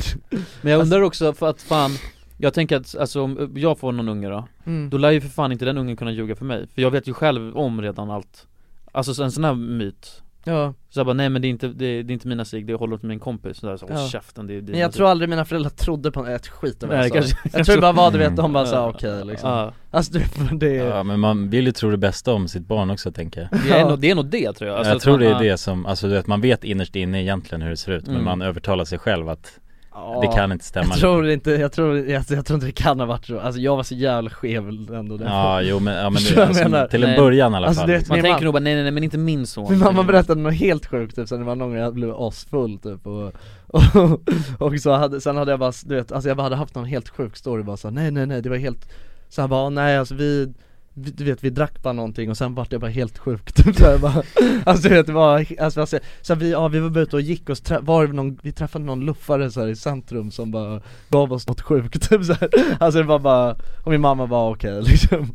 [SPEAKER 6] Men jag undrar också för att fan jag tänker att, alltså om jag får någon unge då,
[SPEAKER 2] Mm.
[SPEAKER 6] då lär ju för fan inte den ungen kunna ljuga för mig För jag vet ju själv om redan allt Alltså så en sån här myt
[SPEAKER 2] Ja.
[SPEAKER 6] Så jag bara, nej men det är inte, det är, det är inte mina sig det håller åt min kompis Så där, så, håll
[SPEAKER 2] Ja.
[SPEAKER 6] käften det är dina
[SPEAKER 2] Men jag
[SPEAKER 6] sig."
[SPEAKER 2] tror aldrig mina föräldrar trodde på ett skit av vad
[SPEAKER 6] Nej,
[SPEAKER 2] jag sa
[SPEAKER 6] kanske-
[SPEAKER 2] Jag tror det bara var du vet, de
[SPEAKER 6] Mm.
[SPEAKER 2] bara sa
[SPEAKER 6] Ja.
[SPEAKER 2] okej liksom
[SPEAKER 6] Ja.
[SPEAKER 2] Alltså du, det är...
[SPEAKER 1] Ja men man vill ju tro det bästa om sitt barn också tänker jag
[SPEAKER 6] Det är, nog, det är nog det tror jag Alltså
[SPEAKER 1] jag
[SPEAKER 6] att
[SPEAKER 1] tror
[SPEAKER 6] man-
[SPEAKER 1] det
[SPEAKER 6] ja.
[SPEAKER 1] är det som, alltså du vet man vet innerst inne egentligen hur det ser ut
[SPEAKER 2] Mm.
[SPEAKER 1] men man övertalar sig själv att
[SPEAKER 2] Ja,
[SPEAKER 1] det kan inte stämma
[SPEAKER 2] Jag tror inte, jag tror, alltså, jag tror inte det kan ha varit så, alltså jag var så jävla skev ändå den
[SPEAKER 1] Ja, jo, men- ja, men
[SPEAKER 2] Förstår
[SPEAKER 1] det-
[SPEAKER 2] vad jag
[SPEAKER 1] alltså,
[SPEAKER 2] menar? Alltså,
[SPEAKER 1] till en Nej. början i alla fall.
[SPEAKER 2] du vet,
[SPEAKER 1] Man
[SPEAKER 2] min
[SPEAKER 1] tänker
[SPEAKER 2] mam-
[SPEAKER 1] nog
[SPEAKER 6] bara, nej, nej nej men inte min son
[SPEAKER 2] Min mamma berättade något helt sjukt typ, sen det var någon gång jag blev asfull typ och, och, och så hade, sen hade jag bara, du vet, alltså jag bara hade haft någon helt sjuk story bara så här, nej nej nej det var helt Så han bara, nej alltså vi vi- du vet vi drack bara någonting och sen vart det bara helt sjukt så jag bara, Alltså du vet det var, alltså, alltså så vi, ja, vi var bara ute och gick och så trä- var det någon, vi träffade någon luffare så här, i centrum som bara gav oss något sjukt så här. Alltså det var bara, och min mamma bara okej liksom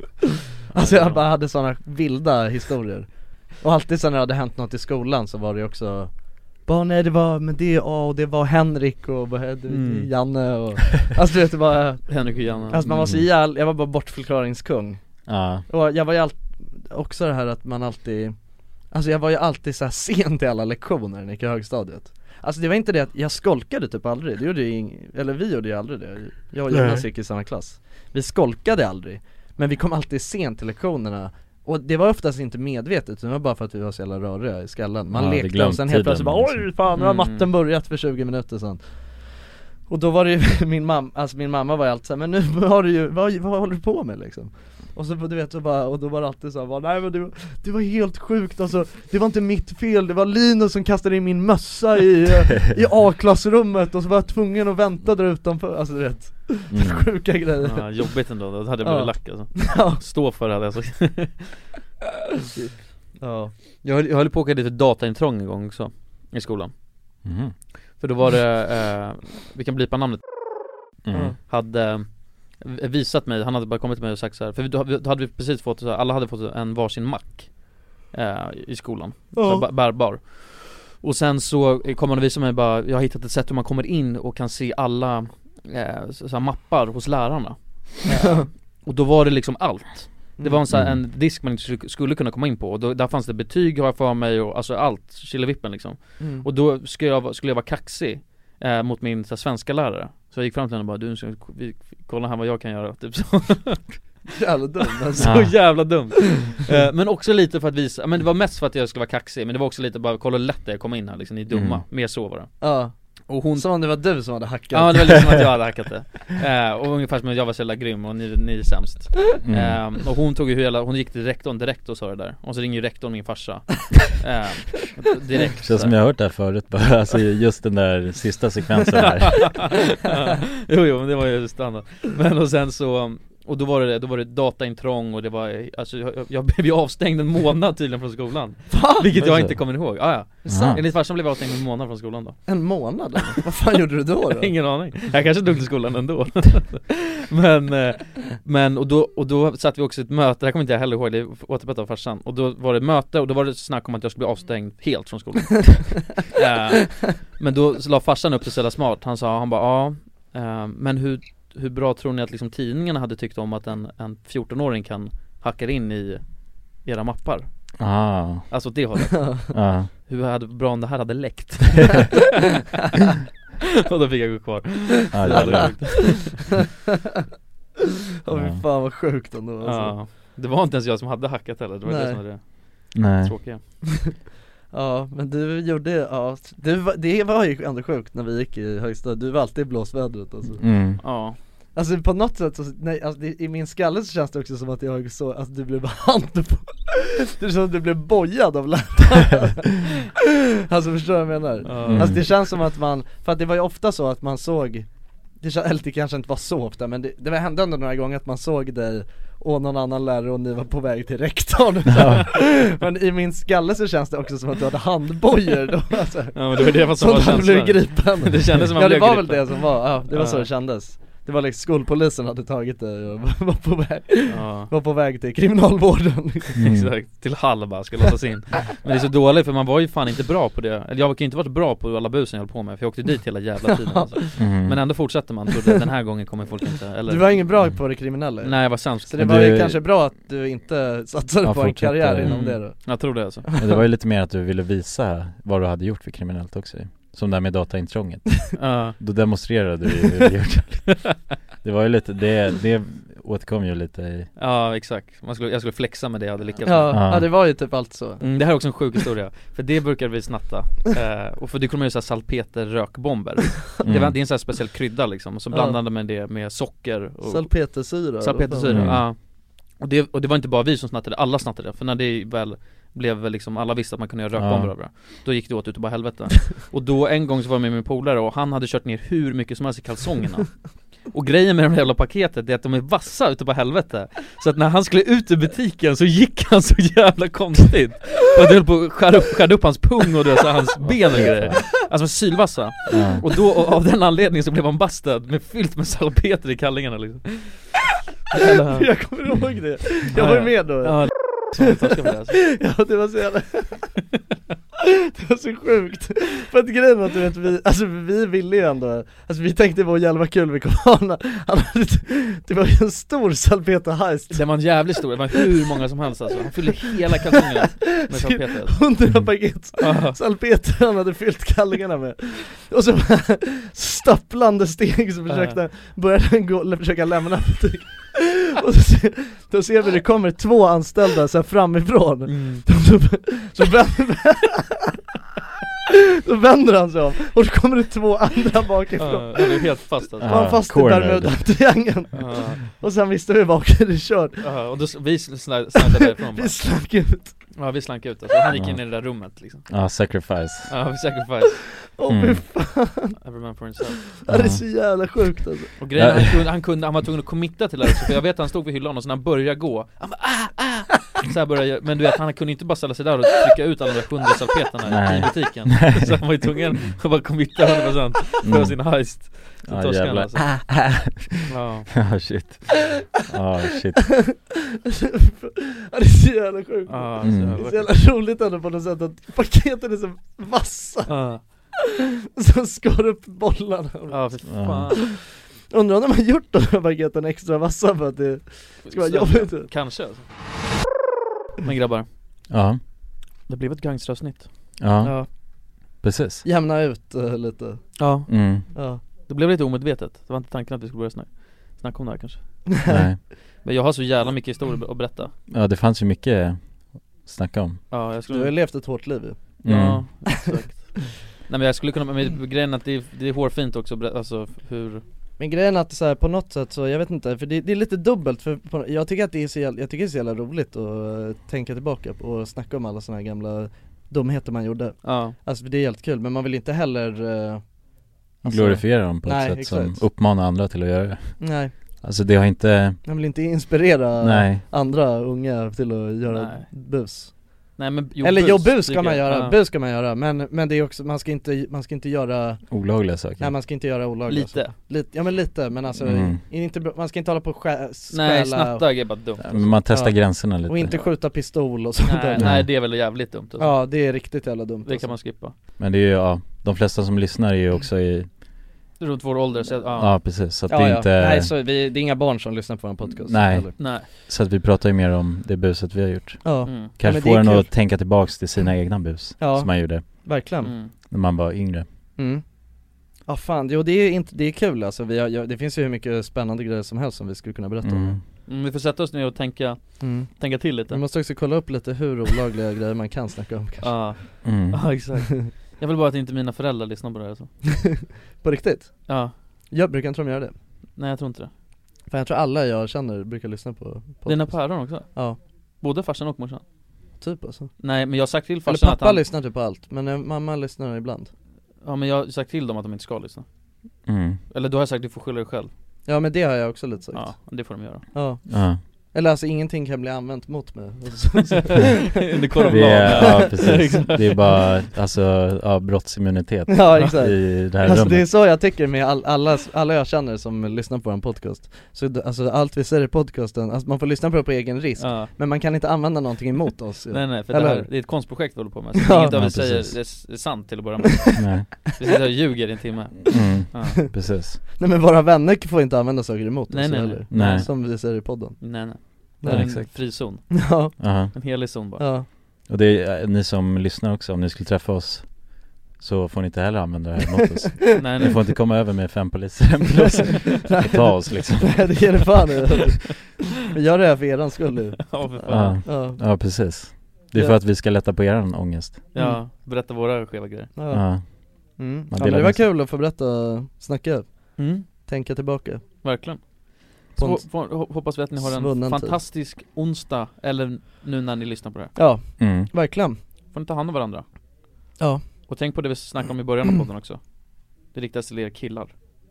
[SPEAKER 2] Alltså jag bara hade sådana vilda historier Och alltid sen när det hade hänt något i skolan så var det också bara nej det var, men det, ja, och det var Henrik och vad hette
[SPEAKER 6] Mm.
[SPEAKER 2] Janne och Alltså du vet det var
[SPEAKER 6] Henrik och Janne.
[SPEAKER 2] Alltså man var så
[SPEAKER 6] Mm.
[SPEAKER 2] jävla, jag var bara bortförklaringskung
[SPEAKER 1] Ja.
[SPEAKER 2] Och jag var ju allt, också det här att man alltid Alltså jag var ju alltid så här sen till alla lektioner när jag gick i högstadiet Alltså det var inte det att jag skolkade typ aldrig, det gjorde ju ing- eller vi gjorde ju aldrig det Jag och
[SPEAKER 5] Nej.
[SPEAKER 2] Jonas gick i samma klass Vi skolkade aldrig, men vi kom alltid sent till lektionerna och det var oftast inte medvetet, utan det var bara för att vi var så jävla röriga i skallen Man
[SPEAKER 5] Ja, hade
[SPEAKER 2] lekte och
[SPEAKER 5] glömt
[SPEAKER 2] sen helt plötsligt
[SPEAKER 5] tiden,
[SPEAKER 2] bara oj
[SPEAKER 5] liksom.
[SPEAKER 2] fan nu har
[SPEAKER 5] Mm.
[SPEAKER 2] matten börjat för 20 minuter sedan och då var det ju min mamma, alltså min mamma var ju alltid såhär, men nu har du ju, vad, vad håller du på med liksom? Och så du vet så bara, och då var det alltid såhär bara, nej men det, var- det var helt sjukt alltså, det var inte mitt fel, det var Linus som kastade in min mössa i, eh, i A-klassrummet och så var jag tvungen att vänta där utanför, alltså du vet
[SPEAKER 6] Mm.
[SPEAKER 2] Sjuka grejer
[SPEAKER 6] Ja, jobbigt ändå, då hade jag blivit lack alltså.
[SPEAKER 2] Ja.
[SPEAKER 6] Stå för det hade jag sagt
[SPEAKER 2] Ja
[SPEAKER 6] Jag höll, jag höll på att åka lite dataintrång en gång också, i skolan
[SPEAKER 1] Mhm.
[SPEAKER 6] För då var det, eh, vi kan blipa namnet
[SPEAKER 1] Mm.
[SPEAKER 6] Hade eh, visat mig, han hade bara kommit till mig och sagt så här, för vi- då, då hade vi precis fått, så här, alla hade fått en varsin mack eh, I skolan, så här,
[SPEAKER 12] Ja.
[SPEAKER 6] ba- bärbar Och sen så kom han och visade mig bara, jag har hittat ett sätt hur man kommer in och kan se alla eh, så, så här, mappar hos lärarna eh, Och då var det liksom allt det var en, så här,
[SPEAKER 2] Mm.
[SPEAKER 6] en disk man inte skulle- skulle kunna komma in på och då, där fanns det betyg har jag för mig och alltså allt, killevippen liksom
[SPEAKER 2] Mm.
[SPEAKER 6] Och då skulle jag, vara- skulle jag vara kaxig eh, mot min så här, svenska lärare Så jag gick fram till henne och bara du, ska vi, kolla här vad jag kan göra, typ så
[SPEAKER 2] Jävla dum alltså.
[SPEAKER 6] Så jävla dum! Eh, men också lite för att visa, men det var mest för att jag skulle vara kaxig men det var också lite bara kolla hur lätt det är att komma in här liksom, ni är dumma,
[SPEAKER 2] Mm.
[SPEAKER 6] mer så var det
[SPEAKER 2] Ja
[SPEAKER 6] och hon...
[SPEAKER 2] Som om det var du som hade hackat
[SPEAKER 6] Ja det var lite som att jag hade hackat det eh, Och ungefär som att jag var så jävla grym och ni, ni är sämst
[SPEAKER 2] Mm.
[SPEAKER 6] eh, Och hon tog ju hela, hon gick till rektorn direkt och sa det där Och så ringer ju rektorn min farsa eh, Direkt
[SPEAKER 1] Känns som jag har hört det här förut bara, alltså just den där sista sekvensen här
[SPEAKER 6] jo, jo men det var ju standard Men och sen så och då var det det, då var det dataintrång och det var, alltså jag, jag blev ju avstängd en månad tydligen från skolan
[SPEAKER 2] Va?
[SPEAKER 6] Vilket
[SPEAKER 2] Oj,
[SPEAKER 6] jag
[SPEAKER 2] så.
[SPEAKER 6] inte kommer ihåg, ah,
[SPEAKER 2] det
[SPEAKER 6] ja
[SPEAKER 2] sant?
[SPEAKER 6] Enligt farsan blev jag avstängd en månad från skolan då
[SPEAKER 2] En månad då? Vad fan gjorde du då? då?
[SPEAKER 6] Ingen aning, jag kanske dog till skolan ändå Men, eh, men och då, och då satt vi också i ett möte, det här kommer inte jag heller ihåg, det är återberättat av farsan Och då var det ett möte och då var det snack om att jag skulle bli avstängd helt från skolan Eh, Men då så la farsan upp det så jävla smart, han sa, han bara ja eh, Men hur, hur bra tror ni att liksom tidningarna hade tyckt om att en, en 14-åring kan hacka in i era mappar?
[SPEAKER 1] Ah.
[SPEAKER 6] Alltså åt det hållet
[SPEAKER 1] Ja.
[SPEAKER 6] Hur hade, bra om det här hade läckt Och då fick jag gå kvar
[SPEAKER 1] Ja, det var bra.
[SPEAKER 2] Ja fy fan vad sjukt ändå alltså.
[SPEAKER 6] Ja. Det var inte ens jag som hade hackat heller, det var det
[SPEAKER 2] Nej.
[SPEAKER 6] som var det
[SPEAKER 1] Nej.
[SPEAKER 6] tråkiga
[SPEAKER 2] Ja men du gjorde, ja, du, var- det var ju ändå sjukt när vi gick i högstadiet, du var alltid i blåsvädret alltså
[SPEAKER 1] Mm.
[SPEAKER 6] Ja
[SPEAKER 2] Alltså på något sätt så, nej, alltså, det, i min skalle så känns det också som att jag så, att du blev hand Det är som att du blev bojad av läraren Alltså förstår du vad jag menar?
[SPEAKER 6] Ja.
[SPEAKER 2] Alltså det känns som att man, för att det var ju ofta så att man såg det, kän- eller det kanske inte var så ofta men det, det var- hände ändå några gånger att man såg dig och någon annan lärare och ni var på väg till rektorn Men i min skalle så känns det också som att du hade handbojor då alltså.
[SPEAKER 6] Ja, men det var det som var
[SPEAKER 2] Så att du blev
[SPEAKER 6] känslan.
[SPEAKER 2] gripen
[SPEAKER 6] Det kändes som
[SPEAKER 2] Ja
[SPEAKER 6] att man
[SPEAKER 2] det
[SPEAKER 6] blev
[SPEAKER 2] var väl
[SPEAKER 6] gripen.
[SPEAKER 2] det som var, ja det var så
[SPEAKER 6] Ja.
[SPEAKER 2] det kändes Det var liksom skolpolisen hade tagit dig och var på väg,
[SPEAKER 6] Ja.
[SPEAKER 2] var på väg till kriminalvården Mm.
[SPEAKER 6] Exakt, till Hall bara, ska låsas in Men det är så dåligt för man var ju fan inte bra på det Eller jag kan ju inte varit bra på alla busen jag höll på med för jag åkte dit hela jävla tiden alltså.
[SPEAKER 1] Mhm.
[SPEAKER 2] Mm.
[SPEAKER 6] Men ändå fortsatte man, trodde att den här gången kommer folk inte, eller
[SPEAKER 2] Du var ingen bra på det kriminella ju.
[SPEAKER 6] Nej, jag var sämst.
[SPEAKER 2] Så det
[SPEAKER 6] Men
[SPEAKER 2] var ju
[SPEAKER 6] du-
[SPEAKER 2] kanske bra att du inte satsade
[SPEAKER 1] Ja,
[SPEAKER 2] på en
[SPEAKER 1] fortsätta.
[SPEAKER 2] karriär inom
[SPEAKER 1] Mm.
[SPEAKER 2] det då
[SPEAKER 6] Jag tror det alltså
[SPEAKER 1] Men det var ju lite mer att du ville visa vad du hade gjort för kriminellt också ju. Som det här med dataintrånget
[SPEAKER 6] Ja.
[SPEAKER 1] Då demonstrerade du ju hur du gjort Det var ju lite, det, det återkom ju lite i
[SPEAKER 6] Ja exakt, man skulle, jag skulle flexa med det jag hade lyckats
[SPEAKER 2] Ja,
[SPEAKER 6] med.
[SPEAKER 2] ja, det var ju typ allt så.
[SPEAKER 6] mm, Det här är också en sjuk historia, för det brukar vi snatta eh, Och för det kommer ju såhär salpeterrökbomber det, var,
[SPEAKER 2] Mm.
[SPEAKER 6] det är en sån här speciell krydda liksom, och så
[SPEAKER 2] Ja.
[SPEAKER 6] blandade man det med socker och
[SPEAKER 2] Salpetersyra
[SPEAKER 6] Salpetersyra,
[SPEAKER 2] Mm.
[SPEAKER 6] ja och det, och det var inte bara vi som snattade, alla snattade för när det väl blev väl liksom, alla visste att man kunde göra rökbomber
[SPEAKER 1] Ja.
[SPEAKER 6] av det Då gick det åt utav bara helvete Och då en gång så var jag med min polare och han hade kört ner hur mycket som helst i kalsongerna Och grejen med det här jävla paketet är att de är vassa ute på helvete Så att när han skulle ut ur butiken så gick han så jävla konstigt Och det höll på att skära upp, skära upp hans pung och det, så hans ben och grejer Alltså sylvassa
[SPEAKER 12] Ja.
[SPEAKER 6] Och då och av den anledningen så blev han bastad med fyllt med salpeter i kallingarna liksom
[SPEAKER 2] Jag kommer ihåg det, jag var med då
[SPEAKER 6] Ja,
[SPEAKER 2] Ja det var så jävla Det var så sjukt, för att grejen var att du vet, vi, alltså vi ville ju ändå, alltså vi tänkte vad jävla vad kul vi kommer ha när- han hade, Det var ju en stor salpeterheist
[SPEAKER 6] Den var jävligt stor, det var hur många som helst alltså Han fyllde hela kalsongerna med salpeter
[SPEAKER 2] Hundra paket salpeter han hade fyllt kallingarna med Och så bara stapplande steg så försökte han, började han gå, eller försöka lämna butiken Och så, ser- då ser vi det kommer två anställda så här framifrån
[SPEAKER 6] Mm.
[SPEAKER 2] De- Så, så vänder, då vänder han sig om, och så kommer det två andra bakifrån
[SPEAKER 6] Ja, han är helt fast alltså.
[SPEAKER 2] Var han fast i
[SPEAKER 6] Cornered.
[SPEAKER 2] Bermuda-triangeln?
[SPEAKER 6] Ja.
[SPEAKER 2] Och sen visste vi bara, okej det är kört
[SPEAKER 6] Ja, och då, s- vi sl- sl- snackade därifrån
[SPEAKER 2] Vi slank ut
[SPEAKER 6] Ja vi slank ut alltså, han gick
[SPEAKER 1] Ja.
[SPEAKER 6] in i det där rummet liksom
[SPEAKER 1] Ja, sacrifice.
[SPEAKER 6] Ja, vi sacrifice
[SPEAKER 2] Åh
[SPEAKER 1] Mm.
[SPEAKER 2] fy fan
[SPEAKER 6] Every man for himself
[SPEAKER 2] Ja, Det är så jävla sjukt alltså
[SPEAKER 6] Och grejen är, han, kunde, han kunde, han var tvungen att committa till det här också, för jag vet att han stod vid hyllan och så när han började gå, han bara ah, ah! Så här började, jag- men du vet han kunde inte bara ställa sig där och trycka ut alla de där sjunde salpeterna i
[SPEAKER 1] Nej.
[SPEAKER 6] butiken Så han var ju tvungen att bara committa 100% för
[SPEAKER 1] Mm.
[SPEAKER 6] sin heist Så
[SPEAKER 1] Ja,
[SPEAKER 6] torskade han
[SPEAKER 1] jävlar.
[SPEAKER 6] alltså. Ja.
[SPEAKER 1] Ja, shit. Ja, shit.
[SPEAKER 2] Ja, det är så jävla sjukt
[SPEAKER 6] Ja,
[SPEAKER 1] så jävla
[SPEAKER 2] Det är så jävla roligt ändå på något sätt att paketen är så vassa
[SPEAKER 6] Ja.
[SPEAKER 2] Som skar upp bollarna
[SPEAKER 6] Ja, för fan.
[SPEAKER 2] Undrar om de har gjort de här paketen extra vassa för att det ska vara jobbigt
[SPEAKER 6] Kanske alltså. Men grabbar,
[SPEAKER 1] Ja,
[SPEAKER 6] det blev ett gangsteravsnitt
[SPEAKER 1] ja. Precis.
[SPEAKER 2] Jämna ut eh, lite
[SPEAKER 6] Ja.
[SPEAKER 1] Mm.
[SPEAKER 2] Ja.
[SPEAKER 6] Det blev lite omedvetet, det var inte tanken att vi skulle börja snacka, snacka om det här kanske
[SPEAKER 1] Nej.
[SPEAKER 6] Men jag har så jävla mycket historier att berätta
[SPEAKER 1] Ja, det fanns ju mycket att snacka om.
[SPEAKER 6] Ja, jag skulle...
[SPEAKER 2] Du har ju levt ett hårt liv ju
[SPEAKER 1] Mm.
[SPEAKER 6] Ja, exakt Nej men jag skulle kunna, men grejen är att det är, det är hårfint också, bre- alltså hur
[SPEAKER 2] Men grejen är att så här, på något sätt så, jag vet inte, för det, det är lite dubbelt för på, jag tycker att det är så jävla, jag tycker det är så jävla roligt att eh, tänka tillbaka på och snacka om alla såna här gamla dumheter man gjorde
[SPEAKER 6] Ja
[SPEAKER 2] Alltså det är helt kul, men man vill inte heller eh, alltså-
[SPEAKER 1] Glorifiera dem på ett
[SPEAKER 2] nej,
[SPEAKER 1] sätt
[SPEAKER 2] exakt.
[SPEAKER 1] som uppmanar andra till att göra det.
[SPEAKER 2] Nej.
[SPEAKER 1] Alltså det har inte,
[SPEAKER 2] Man vill inte inspirera
[SPEAKER 1] Nej.
[SPEAKER 2] andra unga till att göra
[SPEAKER 6] Nej.
[SPEAKER 2] bus
[SPEAKER 6] Nej, men jo,
[SPEAKER 2] Eller jo
[SPEAKER 6] bus
[SPEAKER 2] bus
[SPEAKER 6] tycker
[SPEAKER 2] ska man
[SPEAKER 6] jag.
[SPEAKER 2] göra,
[SPEAKER 6] Ja.
[SPEAKER 2] bus ska man göra, men, men det är också, man ska inte, man ska inte göra
[SPEAKER 1] Olagliga saker.
[SPEAKER 2] Nej man ska inte göra olagliga
[SPEAKER 6] Lite.
[SPEAKER 2] saker. lite, ja men lite men alltså,
[SPEAKER 1] Mm.
[SPEAKER 2] är inte, bra- man ska inte hålla på och skä, stjäla
[SPEAKER 6] Nej,
[SPEAKER 2] och-
[SPEAKER 6] snatta är bara dumt alltså.
[SPEAKER 1] men man testar gränserna lite.
[SPEAKER 2] Och inte skjuta pistol och sånt
[SPEAKER 6] nej,
[SPEAKER 2] där
[SPEAKER 6] nej det är väl jävligt dumt alltså.
[SPEAKER 2] Ja det är riktigt jävla dumt alltså.
[SPEAKER 6] Det kan man skippa
[SPEAKER 1] men det är ju, ja, de flesta som lyssnar är ju också i,
[SPEAKER 6] Runt vår ålder så, ja,
[SPEAKER 1] Ja, precis. Så att Ja, det är ja. inte- Nej, så
[SPEAKER 2] vi, det är inga barn som lyssnar på vår podcast
[SPEAKER 1] nej.
[SPEAKER 6] Nej
[SPEAKER 1] Så att vi pratar ju mer om det buset vi har gjort.
[SPEAKER 2] Ja. Mm. Ja,
[SPEAKER 1] Kanske
[SPEAKER 2] men det
[SPEAKER 1] får
[SPEAKER 2] är
[SPEAKER 1] en
[SPEAKER 2] kul.
[SPEAKER 1] att tänka tillbaks till sina egna bus,
[SPEAKER 2] Ja.
[SPEAKER 1] som man gjorde.
[SPEAKER 2] Verkligen.
[SPEAKER 6] Mm.
[SPEAKER 1] När man var yngre.
[SPEAKER 2] Mm. Ja fan, jo det är, inte, det är kul alltså, vi har, ja, det finns ju hur mycket spännande grejer som helst som vi skulle kunna berätta om
[SPEAKER 6] Mm, Vi får sätta oss ner och tänka,
[SPEAKER 2] Mm.
[SPEAKER 6] tänka till
[SPEAKER 2] Vi
[SPEAKER 6] lite
[SPEAKER 2] måste också kolla upp lite hur olagliga grejer man kan snacka om kanske
[SPEAKER 6] Ja,
[SPEAKER 1] Mm.
[SPEAKER 6] ja exakt Jag vill bara att inte mina föräldrar lyssnar på det här alltså.
[SPEAKER 2] På riktigt?
[SPEAKER 6] Ja
[SPEAKER 2] Jag brukar inte de göra det?
[SPEAKER 6] Nej jag tror inte det
[SPEAKER 2] Fan jag tror alla jag känner brukar lyssna på podcast
[SPEAKER 6] Dina päron också?
[SPEAKER 2] Ja
[SPEAKER 6] Både farsan och morsan?
[SPEAKER 2] Typ alltså
[SPEAKER 6] Nej men jag har sagt till
[SPEAKER 2] Eller
[SPEAKER 6] farsan
[SPEAKER 2] pappa
[SPEAKER 6] att han...
[SPEAKER 2] lyssnar typ på allt, men eh, mamma lyssnar ibland
[SPEAKER 6] Ja men jag har sagt till dem att de inte ska lyssna
[SPEAKER 1] Mm.
[SPEAKER 6] Eller då har jag sagt du får skylla dig själv
[SPEAKER 2] Ja men det har jag också lite sagt
[SPEAKER 6] Ja, det får de göra
[SPEAKER 2] Ja.
[SPEAKER 1] Ja.
[SPEAKER 2] Eller alltså ingenting kan bli använt mot mig
[SPEAKER 6] Under korvlagen.
[SPEAKER 1] Det är, ja precis,
[SPEAKER 2] Exakt.
[SPEAKER 1] det är bara alltså, ja, brottsimmunitet
[SPEAKER 2] Ja exakt
[SPEAKER 1] i det här
[SPEAKER 2] alltså,
[SPEAKER 1] rummet
[SPEAKER 2] det är så jag tycker med all, alla, alla jag känner som lyssnar på en podcast Så d- alltså, allt vi säger i podcasten, alltså, man får lyssna på det på egen risk
[SPEAKER 6] Ja.
[SPEAKER 2] Men man kan inte använda någonting emot oss ju.
[SPEAKER 6] Nej nej, för
[SPEAKER 2] Eller
[SPEAKER 6] det här,
[SPEAKER 2] hur?
[SPEAKER 6] det är ett konstprojekt vi håller på med, så
[SPEAKER 2] Ja.
[SPEAKER 6] inget av
[SPEAKER 2] Ja,
[SPEAKER 6] det vi säger
[SPEAKER 2] precis.
[SPEAKER 6] är, s- är sant till att börja med
[SPEAKER 1] Nej.
[SPEAKER 6] Vi sitter här och ljuger i en timme
[SPEAKER 1] Mm.
[SPEAKER 6] ja.
[SPEAKER 1] Precis
[SPEAKER 2] Nej men våra vänner får inte använda saker emot
[SPEAKER 6] Nej,
[SPEAKER 2] oss
[SPEAKER 6] nej,
[SPEAKER 2] heller
[SPEAKER 1] nej. Nej.
[SPEAKER 2] Som vi säger i podden
[SPEAKER 6] Nej nej, det
[SPEAKER 2] Nej.
[SPEAKER 6] är en
[SPEAKER 2] Exakt.
[SPEAKER 6] frizon
[SPEAKER 2] Ja.
[SPEAKER 1] Aha.
[SPEAKER 6] En helig zon bara
[SPEAKER 2] Ja.
[SPEAKER 1] Och det är eh, ni som lyssnar också, om ni skulle träffa oss så får ni inte heller använda det här mot oss
[SPEAKER 6] Nej,
[SPEAKER 1] Ni
[SPEAKER 6] nej.
[SPEAKER 1] får inte komma över med fem poliser hem till oss och ta oss liksom
[SPEAKER 2] Nej det ger det fan i. Vi gör det här för eran skull nu
[SPEAKER 6] Ja, för
[SPEAKER 1] ja.
[SPEAKER 6] fan.
[SPEAKER 2] Ja.
[SPEAKER 1] ja precis Det är
[SPEAKER 2] Ja.
[SPEAKER 1] för att vi ska lätta på er ångest
[SPEAKER 6] Ja, berätta våra skeva grejer
[SPEAKER 2] Ja.
[SPEAKER 1] Ja.
[SPEAKER 2] Mm.
[SPEAKER 1] Man
[SPEAKER 2] ja men
[SPEAKER 1] delar
[SPEAKER 2] det var
[SPEAKER 1] med sig.
[SPEAKER 2] kul att få berätta, snacka,
[SPEAKER 6] Mm.
[SPEAKER 2] tänka tillbaka
[SPEAKER 6] Verkligen
[SPEAKER 2] På en
[SPEAKER 6] så, får, hop- hoppas vi att ni har en
[SPEAKER 2] svunnen tid.
[SPEAKER 6] fantastisk onsdag, eller nu när ni lyssnar på det här
[SPEAKER 2] Ja,
[SPEAKER 1] Mm.
[SPEAKER 2] verkligen
[SPEAKER 6] Får ni ta hand om varandra
[SPEAKER 2] Ja.
[SPEAKER 6] Och tänk på det vi snackade om i början av podden också Det riktas till er killar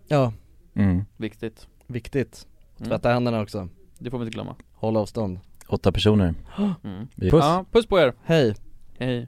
[SPEAKER 2] Ja,
[SPEAKER 1] Mm.
[SPEAKER 6] Viktigt
[SPEAKER 2] Viktigt.
[SPEAKER 6] Mm.
[SPEAKER 2] Tvätta händerna också.
[SPEAKER 6] Det får vi inte glömma
[SPEAKER 2] Håll avstånd.
[SPEAKER 1] Åtta personer.
[SPEAKER 6] Mm.
[SPEAKER 1] Vi-
[SPEAKER 6] Ja, puss på er!
[SPEAKER 2] Hej!
[SPEAKER 6] Hej